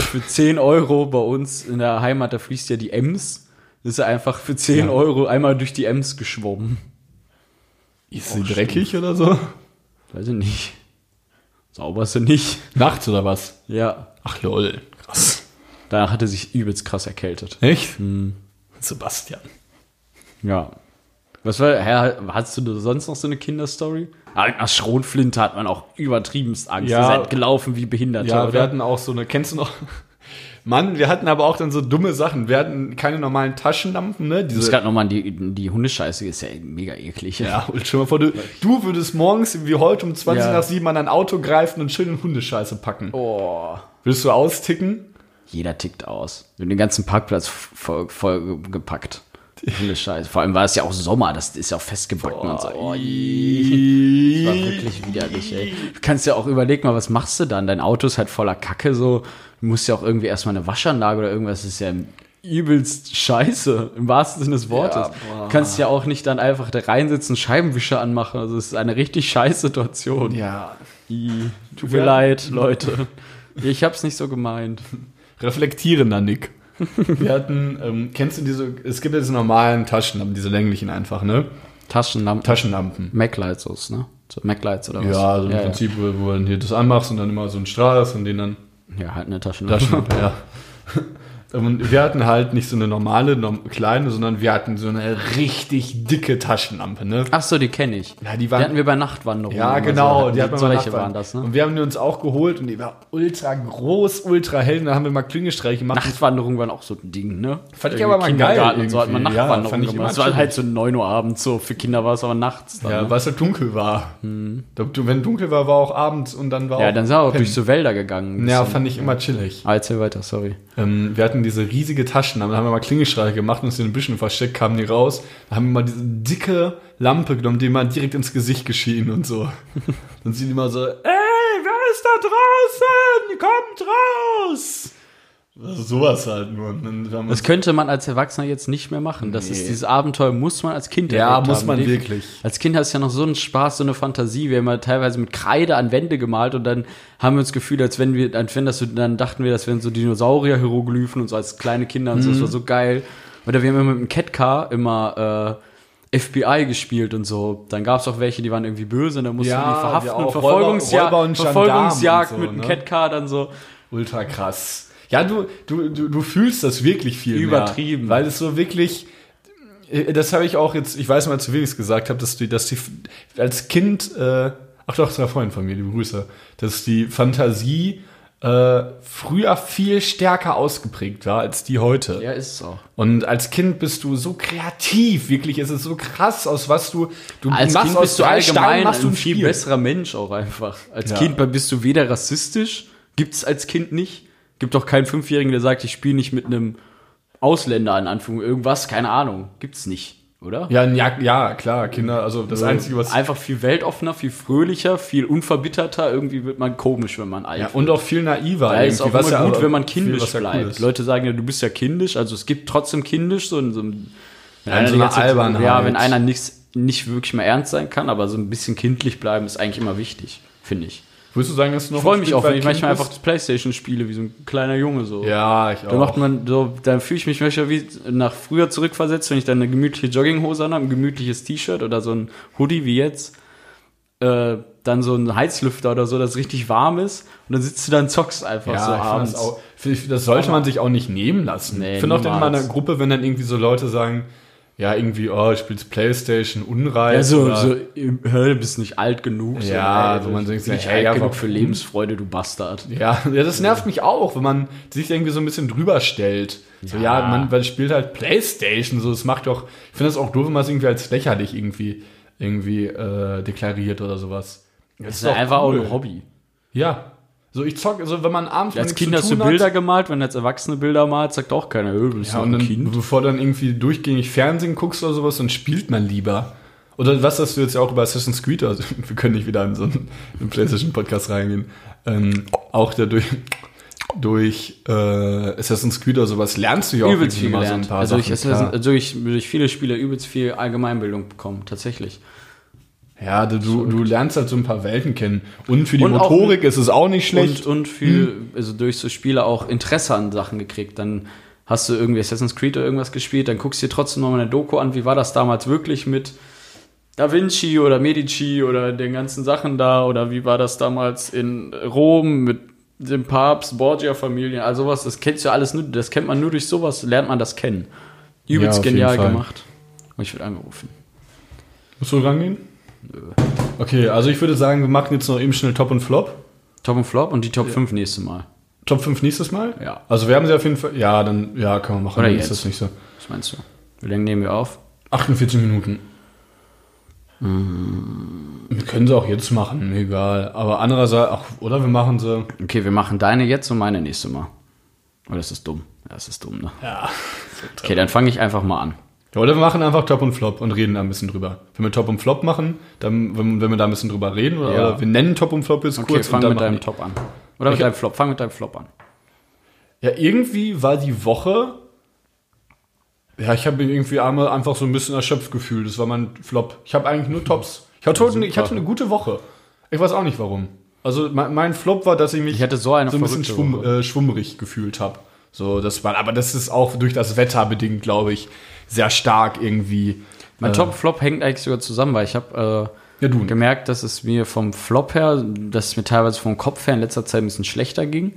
[SPEAKER 1] für 10 Euro bei uns in der Heimat, da fließt ja die Ems. Ist er einfach für 10 Euro einmal durch die Ems geschwommen.
[SPEAKER 2] ist
[SPEAKER 1] Oh,
[SPEAKER 2] sie dreckig oder so?
[SPEAKER 1] Weiß ich nicht. Sauberst du nicht.
[SPEAKER 2] Nachts oder was?
[SPEAKER 1] Ja.
[SPEAKER 2] Ach lol. Krass.
[SPEAKER 1] Danach hat er sich übelst krass erkältet.
[SPEAKER 2] Echt? Sebastian.
[SPEAKER 1] Ja. Was war, hä, hast du sonst noch so eine Kinderstory? Ah, nach Schronflinte hat man auch übertriebenst Angst.
[SPEAKER 2] Ja.
[SPEAKER 1] Ihr seid gelaufen wie Behinderte,
[SPEAKER 2] Ja, wir
[SPEAKER 1] oder?
[SPEAKER 2] hatten auch so eine, kennst du noch? Mann, wir hatten aber auch dann so dumme Sachen. Wir hatten keine normalen Taschenlampen, ne?
[SPEAKER 1] Ich muss
[SPEAKER 2] Diese,
[SPEAKER 1] gerade nochmal an die, die Hundescheiße, ist ja mega eklig.
[SPEAKER 2] ja, und schon Ah, mal vor, du, du würdest morgens wie heute um 20
[SPEAKER 1] Ja.
[SPEAKER 2] nach 7 an ein Auto greifen und schön in Hundescheiße packen.
[SPEAKER 1] Oh.
[SPEAKER 2] Willst du austicken?
[SPEAKER 1] Jeder tickt aus. Wir haben den ganzen Parkplatz voll, voll gepackt. Hundescheiße. Vor allem war es ja auch Sommer, das ist ja auch festgebacken und so. Oh, Das war wirklich widerlich, ey. Du kannst ja auch überlegen, mal, was machst du dann? Dein Auto ist halt voller Kacke, so. Du musst ja auch irgendwie erstmal eine Waschanlage oder irgendwas. Das ist ja übelst scheiße, im wahrsten Sinne des Wortes. du kannst ja auch nicht dann einfach da reinsitzen, Scheibenwischer anmachen. Also, es ist eine richtig scheiß Situation.
[SPEAKER 2] Ja.
[SPEAKER 1] I, Tut mir leid, Leute. Ich hab's nicht so gemeint.
[SPEAKER 2] Reflektierender Nick. Wir hatten, ähm, kennst du diese, es gibt ja diese normalen Taschenlampen, diese länglichen einfach, ne?
[SPEAKER 1] Taschenlampen.
[SPEAKER 2] Taschenlampen.
[SPEAKER 1] Mac-Lights ist, ne? So Mac-Lights oder was?
[SPEAKER 2] Ja, so im Prinzip, Wo, wo du dann hier das anmachst und dann immer so ein Strahl hast und den dann
[SPEAKER 1] Ja. ja, halt eine Taschenlampe.
[SPEAKER 2] Taschenlampe, ja. Und wir hatten halt nicht so eine normale, norm kleine, sondern wir hatten so eine richtig dicke Taschenlampe, ne?
[SPEAKER 1] Ach so, die kenne ich.
[SPEAKER 2] Ja, die
[SPEAKER 1] Die
[SPEAKER 2] waren-
[SPEAKER 1] hatten wir bei Nachtwanderungen.
[SPEAKER 2] Ja,
[SPEAKER 1] immer
[SPEAKER 2] genau.
[SPEAKER 1] So,
[SPEAKER 2] die hat man mal
[SPEAKER 1] solche
[SPEAKER 2] nachfragen.
[SPEAKER 1] waren das, ne?
[SPEAKER 2] Und wir haben die uns auch geholt und die war ultra groß, ultra hell. Und da haben wir mal Klingestreich gemacht.
[SPEAKER 1] Nachtwanderungen waren auch so ein Ding, ne?
[SPEAKER 2] Fand ich aber mal geil
[SPEAKER 1] Und so hat man
[SPEAKER 2] irgendwie. Ja,
[SPEAKER 1] Nachtwanderungen
[SPEAKER 2] fand ich immer
[SPEAKER 1] gemacht. Es war halt
[SPEAKER 2] chillig.
[SPEAKER 1] so 9 Uhr abends, so für Kinder war es aber nachts. Dann,
[SPEAKER 2] Ja,
[SPEAKER 1] ne?
[SPEAKER 2] weil es halt dunkel war. Da- du- Wenn dunkel war, war auch abends und dann war
[SPEAKER 1] Hm. ja
[SPEAKER 2] auch.
[SPEAKER 1] dann sind wir auch
[SPEAKER 2] Pennen.
[SPEAKER 1] durch so Wälder gegangen.
[SPEAKER 2] Ja, fand ich immer chillig.
[SPEAKER 1] Ah, erzähl weiter, sorry.
[SPEAKER 2] Ähm, wir hatten diese riesige Taschen, da haben wir mal Klingelstreiche gemacht und uns in den Büschen versteckt, kamen die raus. Da haben wir mal diese dicke Lampe genommen, die mal direkt ins Gesicht geschienen und so. Dann sind die immer so, ey, wer ist da draußen? Kommt raus! Also sowas halt nur. Und dann haben wir
[SPEAKER 1] Das könnte man als Erwachsener jetzt nicht mehr machen. Das ist dieses Abenteuer, muss man als Kind
[SPEAKER 2] Ja,
[SPEAKER 1] erlebt
[SPEAKER 2] muss
[SPEAKER 1] haben.
[SPEAKER 2] man
[SPEAKER 1] Def-
[SPEAKER 2] wirklich.
[SPEAKER 1] Als Kind hast du ja noch so einen Spaß, so eine Fantasie. Wir haben ja teilweise mit Kreide an Wände gemalt und dann haben wir uns gefühlt, als wenn wir, als wenn das so, dann dachten wir, das wären so Dinosaurier-Hieroglyphen und so als kleine Kinder und so.
[SPEAKER 2] Mhm.
[SPEAKER 1] Das war so geil. Oder wir haben immer mit dem Catcar immer äh, FBI gespielt und so. Dann gab es auch welche, die waren irgendwie böse und dann mussten
[SPEAKER 2] Ja,
[SPEAKER 1] die
[SPEAKER 2] wir
[SPEAKER 1] verhaften
[SPEAKER 2] auch.
[SPEAKER 1] und Verfolgungsjagd,
[SPEAKER 2] Räuber- Räuber und Gendarmen
[SPEAKER 1] Verfolgungsjagd
[SPEAKER 2] und so,
[SPEAKER 1] mit dem
[SPEAKER 2] ne?
[SPEAKER 1] Catcar dann so.
[SPEAKER 2] ultra krass. Ja, du, du, du, du fühlst das wirklich viel
[SPEAKER 1] Übertrieben.
[SPEAKER 2] Mehr, weil es so wirklich, äh, das habe ich auch jetzt, ich weiß mal, zu wem ich es gesagt habe, dass die, dass die f- als Kind, äh, ach doch, das war Freund von mir, liebe Grüße, dass die Fantasie äh, früher viel stärker ausgeprägt war als die heute.
[SPEAKER 1] Ja, ist es auch.
[SPEAKER 2] Und als Kind bist du so kreativ, wirklich, es ist so krass, aus was du, du
[SPEAKER 1] Als
[SPEAKER 2] machst
[SPEAKER 1] Kind
[SPEAKER 2] aus
[SPEAKER 1] bist du
[SPEAKER 2] drei Steinen
[SPEAKER 1] allgemein
[SPEAKER 2] machst du
[SPEAKER 1] ein
[SPEAKER 2] ein
[SPEAKER 1] viel
[SPEAKER 2] Spiel.
[SPEAKER 1] besserer Mensch auch einfach. Als
[SPEAKER 2] Ja.
[SPEAKER 1] Kind bist du weder rassistisch, gibt's als Kind nicht. Gibt auch keinen Fünfjährigen, der sagt, ich spiele nicht mit einem Ausländer in Anführung irgendwas, keine Ahnung. Gibt's nicht, oder?
[SPEAKER 2] Ja, ja, ja, klar, Kinder, also das Einzige, was
[SPEAKER 1] Einfach viel weltoffener, viel fröhlicher, viel unverbitterter. Irgendwie wird man komisch, wenn man alt
[SPEAKER 2] Ja,
[SPEAKER 1] wird.
[SPEAKER 2] und auch viel naiver.
[SPEAKER 1] Da ist
[SPEAKER 2] irgendwie,
[SPEAKER 1] auch immer
[SPEAKER 2] ja
[SPEAKER 1] gut,
[SPEAKER 2] aber
[SPEAKER 1] wenn man
[SPEAKER 2] viel,
[SPEAKER 1] kindisch
[SPEAKER 2] was ja cool
[SPEAKER 1] bleibt.
[SPEAKER 2] ist.
[SPEAKER 1] Leute sagen ja, du bist ja kindisch, also es gibt trotzdem kindisch so in so einem wenn
[SPEAKER 2] in
[SPEAKER 1] einer die
[SPEAKER 2] so einer
[SPEAKER 1] ganze Zeit-
[SPEAKER 2] Albernheit.
[SPEAKER 1] Ja, wenn einer nichts nicht wirklich mehr ernst sein kann, aber so ein bisschen kindlich bleiben ist eigentlich immer wichtig, finde ich.
[SPEAKER 2] Würdest du sagen, dass du noch
[SPEAKER 1] Ich freue
[SPEAKER 2] ein
[SPEAKER 1] mich
[SPEAKER 2] Stück
[SPEAKER 1] auch, wenn
[SPEAKER 2] weit
[SPEAKER 1] ich manchmal
[SPEAKER 2] Kind
[SPEAKER 1] einfach Playstation spiele, wie so ein kleiner Junge so.
[SPEAKER 2] bist? Ja, ich auch.
[SPEAKER 1] Da macht man so, da fühle ich mich manchmal wie nach früher zurückversetzt, wenn ich dann eine gemütliche Jogginghose anhabe, ein gemütliches T-Shirt oder so ein Hoodie wie jetzt, äh, dann so ein Heizlüfter oder so, das richtig warm ist und dann sitzt du da und zockst einfach
[SPEAKER 2] ja,
[SPEAKER 1] so
[SPEAKER 2] ich find
[SPEAKER 1] abends.
[SPEAKER 2] das, auch, find ich- das sollte man sich auch nicht nehmen lassen.
[SPEAKER 1] Nee,
[SPEAKER 2] ich finde auch dann immer in
[SPEAKER 1] niemals.
[SPEAKER 2] einer Gruppe, wenn dann irgendwie so Leute sagen, ja, irgendwie, oh, ich spiel's Playstation, unreif.
[SPEAKER 1] Ja, so,
[SPEAKER 2] oder-
[SPEAKER 1] Also, so hör, du bist nicht alt genug. So,
[SPEAKER 2] Ja,
[SPEAKER 1] ey,
[SPEAKER 2] wo man
[SPEAKER 1] du
[SPEAKER 2] denkt,
[SPEAKER 1] bist nicht
[SPEAKER 2] ja,
[SPEAKER 1] alt
[SPEAKER 2] ja,
[SPEAKER 1] genug
[SPEAKER 2] aber- hm.
[SPEAKER 1] für Lebensfreude, du Bastard.
[SPEAKER 2] Ja, ja, das nervt mich auch, wenn man sich irgendwie so ein bisschen drüber stellt. So, ja, man, man spielt halt Playstation, so, das macht doch, ich finde das auch doof, wenn man es irgendwie als lächerlich irgendwie, irgendwie äh, deklariert oder sowas.
[SPEAKER 1] Das ist,
[SPEAKER 2] doch
[SPEAKER 1] einfach
[SPEAKER 2] cool.
[SPEAKER 1] auch ein Hobby.
[SPEAKER 2] Ja. So, ich zocke, also wenn man abends
[SPEAKER 1] Als
[SPEAKER 2] nichts
[SPEAKER 1] Kind
[SPEAKER 2] zu
[SPEAKER 1] hast du
[SPEAKER 2] tun hat,
[SPEAKER 1] Bilder gemalt, wenn du als Erwachsene Bilder malst, sagt auch keiner, öh, bist
[SPEAKER 2] ja,
[SPEAKER 1] du
[SPEAKER 2] und
[SPEAKER 1] ein
[SPEAKER 2] dann,
[SPEAKER 1] Kind.
[SPEAKER 2] bevor dann irgendwie durchgängig Fernsehen guckst oder sowas, dann spielt man lieber. Oder was hast du jetzt ja auch über Assassin's Creed, also wir können nicht wieder in so einen, einen PlayStation-Podcast reingehen, ähm, auch dadurch durch äh, Assassin's Creed oder sowas lernst du ja auch
[SPEAKER 1] Übelst viel
[SPEAKER 2] irgendwie mal
[SPEAKER 1] gelernt. also ich,
[SPEAKER 2] Sachen, klar.
[SPEAKER 1] also ich, durch viele Spiele übelst viel Allgemeinbildung bekommen, tatsächlich.
[SPEAKER 2] Ja, du, du, du lernst halt so ein paar Welten kennen. Und für die
[SPEAKER 1] Und auch-
[SPEAKER 2] Motorik ist es auch nicht schlecht. Hm.
[SPEAKER 1] Und, und viel, also durch so Spiele auch Interesse an Sachen gekriegt. Dann hast du irgendwie Assassin's Creed oder irgendwas gespielt, dann guckst du dir trotzdem nochmal eine Doku an, wie war das damals wirklich mit Da Vinci oder Medici oder den ganzen Sachen da oder wie war das damals in Rom mit dem Papst, Borgia-Familien, all sowas, das kennst du ja alles nur, das kennt man nur durch sowas, lernt man das kennen.
[SPEAKER 2] Ja,
[SPEAKER 1] Übelst
[SPEAKER 2] auf jeden
[SPEAKER 1] genial
[SPEAKER 2] Fall.
[SPEAKER 1] gemacht. Und ich werde angerufen.
[SPEAKER 2] Musst du rangehen? Okay, also ich würde sagen, wir machen jetzt noch eben schnell Top und Flop.
[SPEAKER 1] Top und Flop und die Top 5 nächste Mal.
[SPEAKER 2] Top 5 nächstes Mal?
[SPEAKER 1] Ja.
[SPEAKER 2] Also wir haben sie auf jeden Fall. Ja, dann ja, können wir machen.
[SPEAKER 1] Oder
[SPEAKER 2] dann
[SPEAKER 1] jetzt.
[SPEAKER 2] ist das nicht so.
[SPEAKER 1] Was meinst du? Wie lange nehmen wir auf?
[SPEAKER 2] 48 Minuten.
[SPEAKER 1] Hm.
[SPEAKER 2] Wir können sie auch jetzt machen, mir egal. Aber andererseits, ach, oder wir machen sie.
[SPEAKER 1] Okay, wir machen deine jetzt und meine nächste Mal. Oh, das ist dumm. Ja, Das ist dumm, ne?
[SPEAKER 2] Ja.
[SPEAKER 1] Okay, dann fange ich einfach mal an.
[SPEAKER 2] Oder wir machen einfach Top und Flop und reden da ein bisschen drüber. Wenn wir Top und Flop machen, dann wenn, wenn wir da ein bisschen drüber reden oder,
[SPEAKER 1] Ja.
[SPEAKER 2] oder wir nennen Top und Flop jetzt
[SPEAKER 1] Okay,
[SPEAKER 2] kurz
[SPEAKER 1] fang
[SPEAKER 2] und dann
[SPEAKER 1] mit deinem
[SPEAKER 2] machen
[SPEAKER 1] Top an. Oder mit
[SPEAKER 2] Ich-
[SPEAKER 1] deinem Flop. Fang mit deinem Flop an.
[SPEAKER 2] die- Ja, irgendwie war die Woche. Ja, ich habe mich irgendwie einmal einfach so ein bisschen erschöpft gefühlt. Das war mein Flop. Ich habe eigentlich nur Tops. Ich hatte, heute, ne, ich hatte eine gute Woche. Ich weiß auch nicht warum. Also mein, mein Flop war, dass ich mich
[SPEAKER 1] Ich hatte so eine
[SPEAKER 2] so ein bisschen
[SPEAKER 1] verrückte
[SPEAKER 2] schwumm,
[SPEAKER 1] Woche.
[SPEAKER 2] äh, schwummrig gefühlt habe. So, das war, aber das ist auch durch das Wetter bedingt, glaube ich, sehr stark irgendwie. Ähm,
[SPEAKER 1] Mein Top-Flop hängt eigentlich sogar zusammen, weil ich habe äh,
[SPEAKER 2] Äh. Ja, du.
[SPEAKER 1] gemerkt, dass es mir vom Flop her, dass es mir teilweise vom Kopf her in letzter Zeit ein bisschen schlechter ging.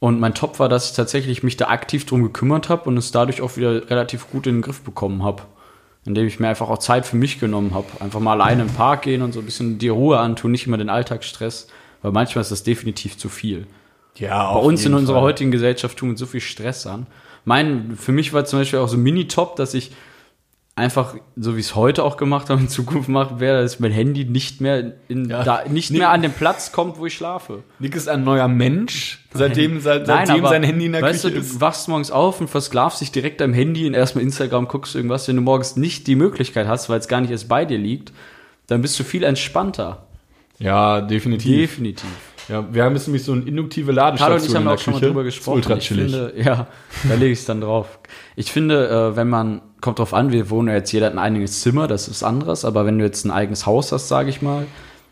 [SPEAKER 1] Und mein Top war, dass ich tatsächlich mich da aktiv drum gekümmert habe und es dadurch auch wieder relativ gut in den Griff bekommen habe. Indem ich mir einfach auch Zeit für mich genommen habe. Einfach mal alleine im Park gehen und so ein bisschen die Ruhe antun, nicht immer den Alltagsstress. Weil manchmal ist das definitiv zu viel.
[SPEAKER 2] Ja,
[SPEAKER 1] Bei uns in unserer heutigen Gesellschaft tun wir so viel Stress an. Mein, für mich war zum Beispiel auch so ein Mini-Top, dass ich einfach, so wie ich es heute auch gemacht habe, in Zukunft machen werde, dass mein Handy nicht mehr, in,
[SPEAKER 2] Ja.
[SPEAKER 1] da, nicht
[SPEAKER 2] Nee.
[SPEAKER 1] mehr an den Platz kommt, wo ich schlafe.
[SPEAKER 2] Nick ist ein neuer Mensch, seitdem, seit, seitdem sein Handy in der
[SPEAKER 1] weißt
[SPEAKER 2] Küche
[SPEAKER 1] du,
[SPEAKER 2] ist.
[SPEAKER 1] du wachst morgens auf und versklavst dich direkt am Handy und erstmal Instagram guckst du irgendwas. Wenn du morgens nicht die Möglichkeit hast, weil es gar nicht erst bei dir liegt, dann bist du viel entspannter.
[SPEAKER 2] Ja, definitiv.
[SPEAKER 1] Definitiv.
[SPEAKER 2] Ja, wir haben jetzt nämlich so eine induktive Ladestation
[SPEAKER 1] Carlo und ich haben
[SPEAKER 2] in der
[SPEAKER 1] da auch schon mal
[SPEAKER 2] Küche.
[SPEAKER 1] drüber
[SPEAKER 2] Ist
[SPEAKER 1] gesprochen.
[SPEAKER 2] Ultra
[SPEAKER 1] ich
[SPEAKER 2] chillig.
[SPEAKER 1] finde, ja, da lege ich es dann drauf. Ich finde, äh, wenn man, kommt drauf an, wir wohnen ja jetzt jeder hat ein eigenes Zimmer, das ist anderes, aber wenn du jetzt ein eigenes Haus hast, sage ich mal,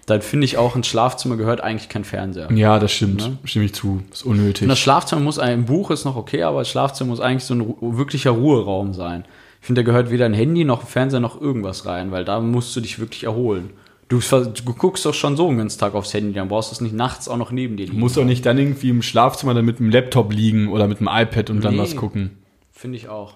[SPEAKER 1] dann finde ich auch, ins Schlafzimmer gehört eigentlich kein Fernseher.
[SPEAKER 2] ja, das stimmt.
[SPEAKER 1] ne?
[SPEAKER 2] Stimme ich zu. Ist unnötig.
[SPEAKER 1] Und das Schlafzimmer muss ein Buch ist noch okay, aber das Schlafzimmer muss eigentlich so ein Ru wirklicher Ruheraum sein. Ich finde, da gehört weder ein Handy noch ein Fernseher noch irgendwas rein, weil da musst du dich wirklich erholen. Du, ver- du guckst doch schon so den ganzen Tag aufs Handy, dann brauchst du es nicht nachts auch noch neben dir liegen.
[SPEAKER 2] Du musst doch nicht dann irgendwie im Schlafzimmer dann mit dem Laptop liegen oder mit dem iPad und dann
[SPEAKER 1] Nee.
[SPEAKER 2] was gucken.
[SPEAKER 1] Finde ich auch.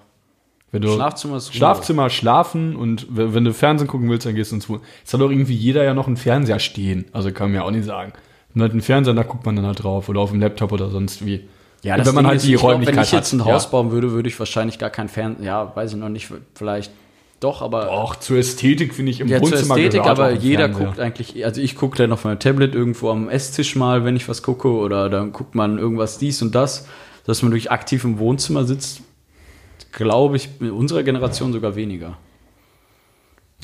[SPEAKER 2] Wenn du
[SPEAKER 1] Schlafzimmer ist Ruhe.
[SPEAKER 2] Schlafzimmer schlafen und w- wenn du Fernsehen gucken willst, dann gehst du ins Wohn. Jetzt hat doch irgendwie jeder ja noch einen Fernseher stehen. Also kann man ja auch nicht sagen. Man hat einen Fernseher, da guckt man dann halt drauf oder auf dem Laptop oder sonst wie.
[SPEAKER 1] Ja,
[SPEAKER 2] Und
[SPEAKER 1] das
[SPEAKER 2] wenn man
[SPEAKER 1] Ding
[SPEAKER 2] halt
[SPEAKER 1] ist,
[SPEAKER 2] die
[SPEAKER 1] ich glaub,
[SPEAKER 2] Räumlichkeit
[SPEAKER 1] Wenn ich jetzt ein
[SPEAKER 2] hat.
[SPEAKER 1] Haus
[SPEAKER 2] ja.
[SPEAKER 1] bauen würde, würde ich wahrscheinlich gar kein Fernseher. Ja, weiß ich noch nicht. Vielleicht doch, aber.
[SPEAKER 2] Auch zur Ästhetik finde ich im
[SPEAKER 1] Ja, zur
[SPEAKER 2] Wohnzimmer
[SPEAKER 1] Ästhetik,
[SPEAKER 2] gehört auch
[SPEAKER 1] aber
[SPEAKER 2] ein
[SPEAKER 1] jeder
[SPEAKER 2] Fernseher.
[SPEAKER 1] guckt eigentlich, also ich gucke dann auf meinem Tablet irgendwo am Esstisch mal, wenn ich was gucke, oder dann guckt man irgendwas dies und das, dass man durch aktiv im Wohnzimmer sitzt, glaube ich, in unserer Generation sogar weniger.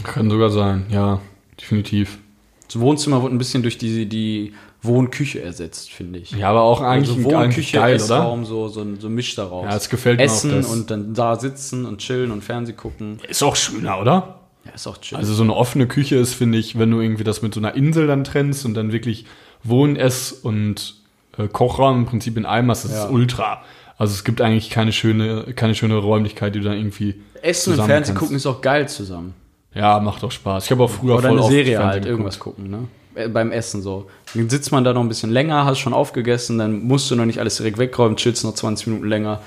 [SPEAKER 2] Kann sogar sein, ja, definitiv.
[SPEAKER 1] Das Wohnzimmer wurde ein bisschen durch die, die Wohnküche ersetzt, finde ich.
[SPEAKER 2] Ja, aber auch eigentlich,
[SPEAKER 1] also
[SPEAKER 2] eigentlich
[SPEAKER 1] Wohnküche,
[SPEAKER 2] geil, oder?
[SPEAKER 1] Essraum, so, so ein so ein Misch daraus.
[SPEAKER 2] Ja, es gefällt mir auch,
[SPEAKER 1] Essen
[SPEAKER 2] das-
[SPEAKER 1] und dann da sitzen und chillen und Fernseh gucken.
[SPEAKER 2] Ist auch schöner, oder?
[SPEAKER 1] Ja, ist auch chill.
[SPEAKER 2] Also so eine offene Küche ist, finde ich, wenn du irgendwie das mit so einer Insel dann trennst und dann wirklich Wohn-, Ess- und äh, Kochraum im Prinzip in einem hast, das ist ultra. Also es gibt eigentlich keine schöne, keine schöne Räumlichkeit, die du dann irgendwie
[SPEAKER 1] Essen und
[SPEAKER 2] zusammen
[SPEAKER 1] Fernsehen
[SPEAKER 2] kannst.
[SPEAKER 1] gucken ist auch geil zusammen.
[SPEAKER 2] Ja, macht doch Spaß. Ich habe auch früher
[SPEAKER 1] Oder
[SPEAKER 2] voll
[SPEAKER 1] eine
[SPEAKER 2] oft
[SPEAKER 1] Serie
[SPEAKER 2] Fernsehen
[SPEAKER 1] halt,
[SPEAKER 2] geguckt.
[SPEAKER 1] irgendwas gucken, ne? Äh, Beim Essen so. Dann sitzt man da noch ein bisschen länger, hast schon aufgegessen, dann musst du noch nicht alles direkt wegräumen, chillst noch 20 Minuten länger.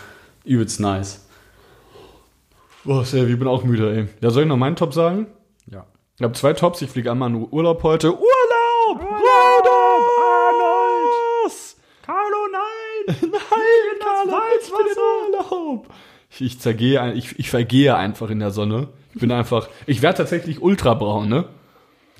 [SPEAKER 1] Übelst nice.
[SPEAKER 2] Boah, Selvi, ich bin auch müde, ey. Ja, soll ich noch meinen Top sagen?
[SPEAKER 1] Ja.
[SPEAKER 2] Ich habe zwei Tops. Ich fliege einmal in Urlaub heute. Urlaub! Urlaub! Arnold! Carlo, nein! Nein, Carlo, ich bin in Urlaub! Ich, ich zergehe, ein- ich, ich vergehe einfach in der Sonne. Ich bin einfach, ich werde tatsächlich ultrabraun, ne?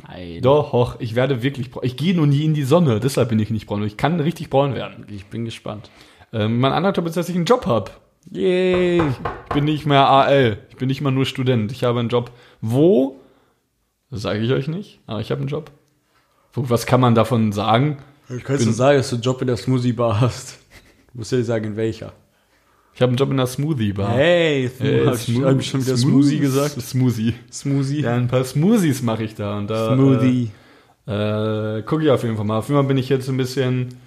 [SPEAKER 1] Nein.
[SPEAKER 2] Doch, hoch, ich werde wirklich braun. Ich gehe nur nie in die Sonne, deshalb bin ich nicht braun. Ich kann richtig braun werden.
[SPEAKER 1] Ich bin gespannt.
[SPEAKER 2] Ähm, mein anderer Top ist, dass ich einen Job habe.
[SPEAKER 1] Yay!
[SPEAKER 2] Ich bin nicht mehr AL. Ich bin nicht mal nur Student. Ich habe einen Job. Wo? Das sage ich euch nicht, aber ich habe einen Job. Wo, was kann man davon sagen?
[SPEAKER 1] Ich könnte so sagen, dass du einen Job in der Smoothie Bar hast. Du musst ja nicht sagen, in welcher.
[SPEAKER 2] Ich habe einen Job in der Smoothie Bar.
[SPEAKER 1] Hey,
[SPEAKER 2] Äh,
[SPEAKER 1] hab ich, hab ich schon wieder Smoothie gesagt?
[SPEAKER 2] Smoothie.
[SPEAKER 1] Smoothie.
[SPEAKER 2] Ja, ein paar Smoothies mache ich da. Und da
[SPEAKER 1] Smoothie.
[SPEAKER 2] Äh, äh, gucke ich auf jeden Fall mal. Auf jeden Fall bin ich jetzt ein bisschen.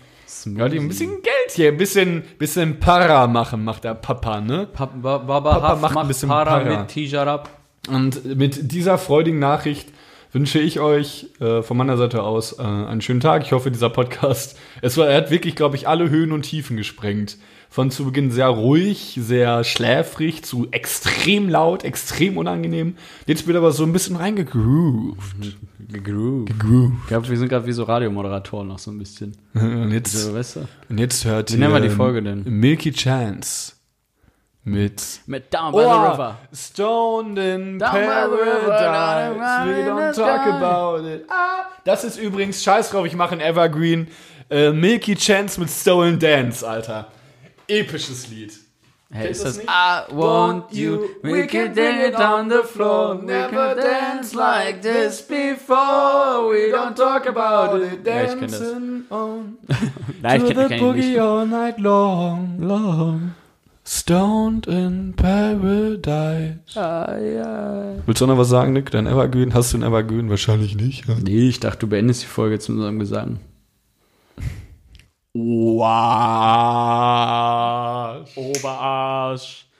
[SPEAKER 2] Ja, die- ein bisschen Geld hier. Ein bisschen, bisschen Para machen, macht der Papa, ne?
[SPEAKER 1] Papa, Baba
[SPEAKER 2] Papa
[SPEAKER 1] Haft
[SPEAKER 2] macht
[SPEAKER 1] macht
[SPEAKER 2] ein bisschen
[SPEAKER 1] Para
[SPEAKER 2] Para.
[SPEAKER 1] mit Tijarab.
[SPEAKER 2] Und mit dieser freudigen Nachricht wünsche ich euch äh, von meiner Seite aus äh, einen schönen Tag. Ich hoffe, dieser Podcast, es war, er hat wirklich, glaube ich, alle Höhen und Tiefen gesprengt. Von zu Beginn sehr ruhig, sehr schläfrig, zu extrem laut, extrem unangenehm. Jetzt wird aber so ein bisschen reingegroovt.
[SPEAKER 1] Groove. Ich glaube, wir sind gerade wie so Radiomoderatoren noch so ein bisschen.
[SPEAKER 2] Und
[SPEAKER 1] So,
[SPEAKER 2] jetzt,
[SPEAKER 1] weißt du?
[SPEAKER 2] und jetzt hört
[SPEAKER 1] Wie Mhm. Also, nennen wir die Folge denn?
[SPEAKER 2] Milky Chance mit
[SPEAKER 1] Mit Down by the
[SPEAKER 2] Oh,
[SPEAKER 1] River.
[SPEAKER 2] Stoned in
[SPEAKER 1] Down by the river,
[SPEAKER 2] Paradise.
[SPEAKER 1] down
[SPEAKER 2] We
[SPEAKER 1] in
[SPEAKER 2] don't
[SPEAKER 1] the
[SPEAKER 2] talk
[SPEAKER 1] sky.
[SPEAKER 2] about it. Ah, das ist übrigens, scheiß drauf, ich mache ein Evergreen. Äh, Milky Chance mit Stolen Dance, Alter. Episches Lied.
[SPEAKER 1] Hey, ist
[SPEAKER 2] das
[SPEAKER 1] das
[SPEAKER 2] nicht?
[SPEAKER 1] I want you, we can dig it on the floor, never dance like this before, we don't talk about it,
[SPEAKER 2] Ja, ich
[SPEAKER 1] dancing
[SPEAKER 2] kenn das. on
[SPEAKER 1] Nein,
[SPEAKER 2] to
[SPEAKER 1] ich
[SPEAKER 2] the
[SPEAKER 1] kenne kenn ich
[SPEAKER 2] boogie
[SPEAKER 1] nicht.
[SPEAKER 2] all night long, long. Stoned in Paradise. Willst du noch was sagen, Nick? Dein Evergreen? Hast du ein Evergreen? Wahrscheinlich nicht. ja.
[SPEAKER 1] Nee, ich dachte, du beendest die Folge jetzt mit unserem Gesang.
[SPEAKER 2] Wow.
[SPEAKER 5] Oberarsch.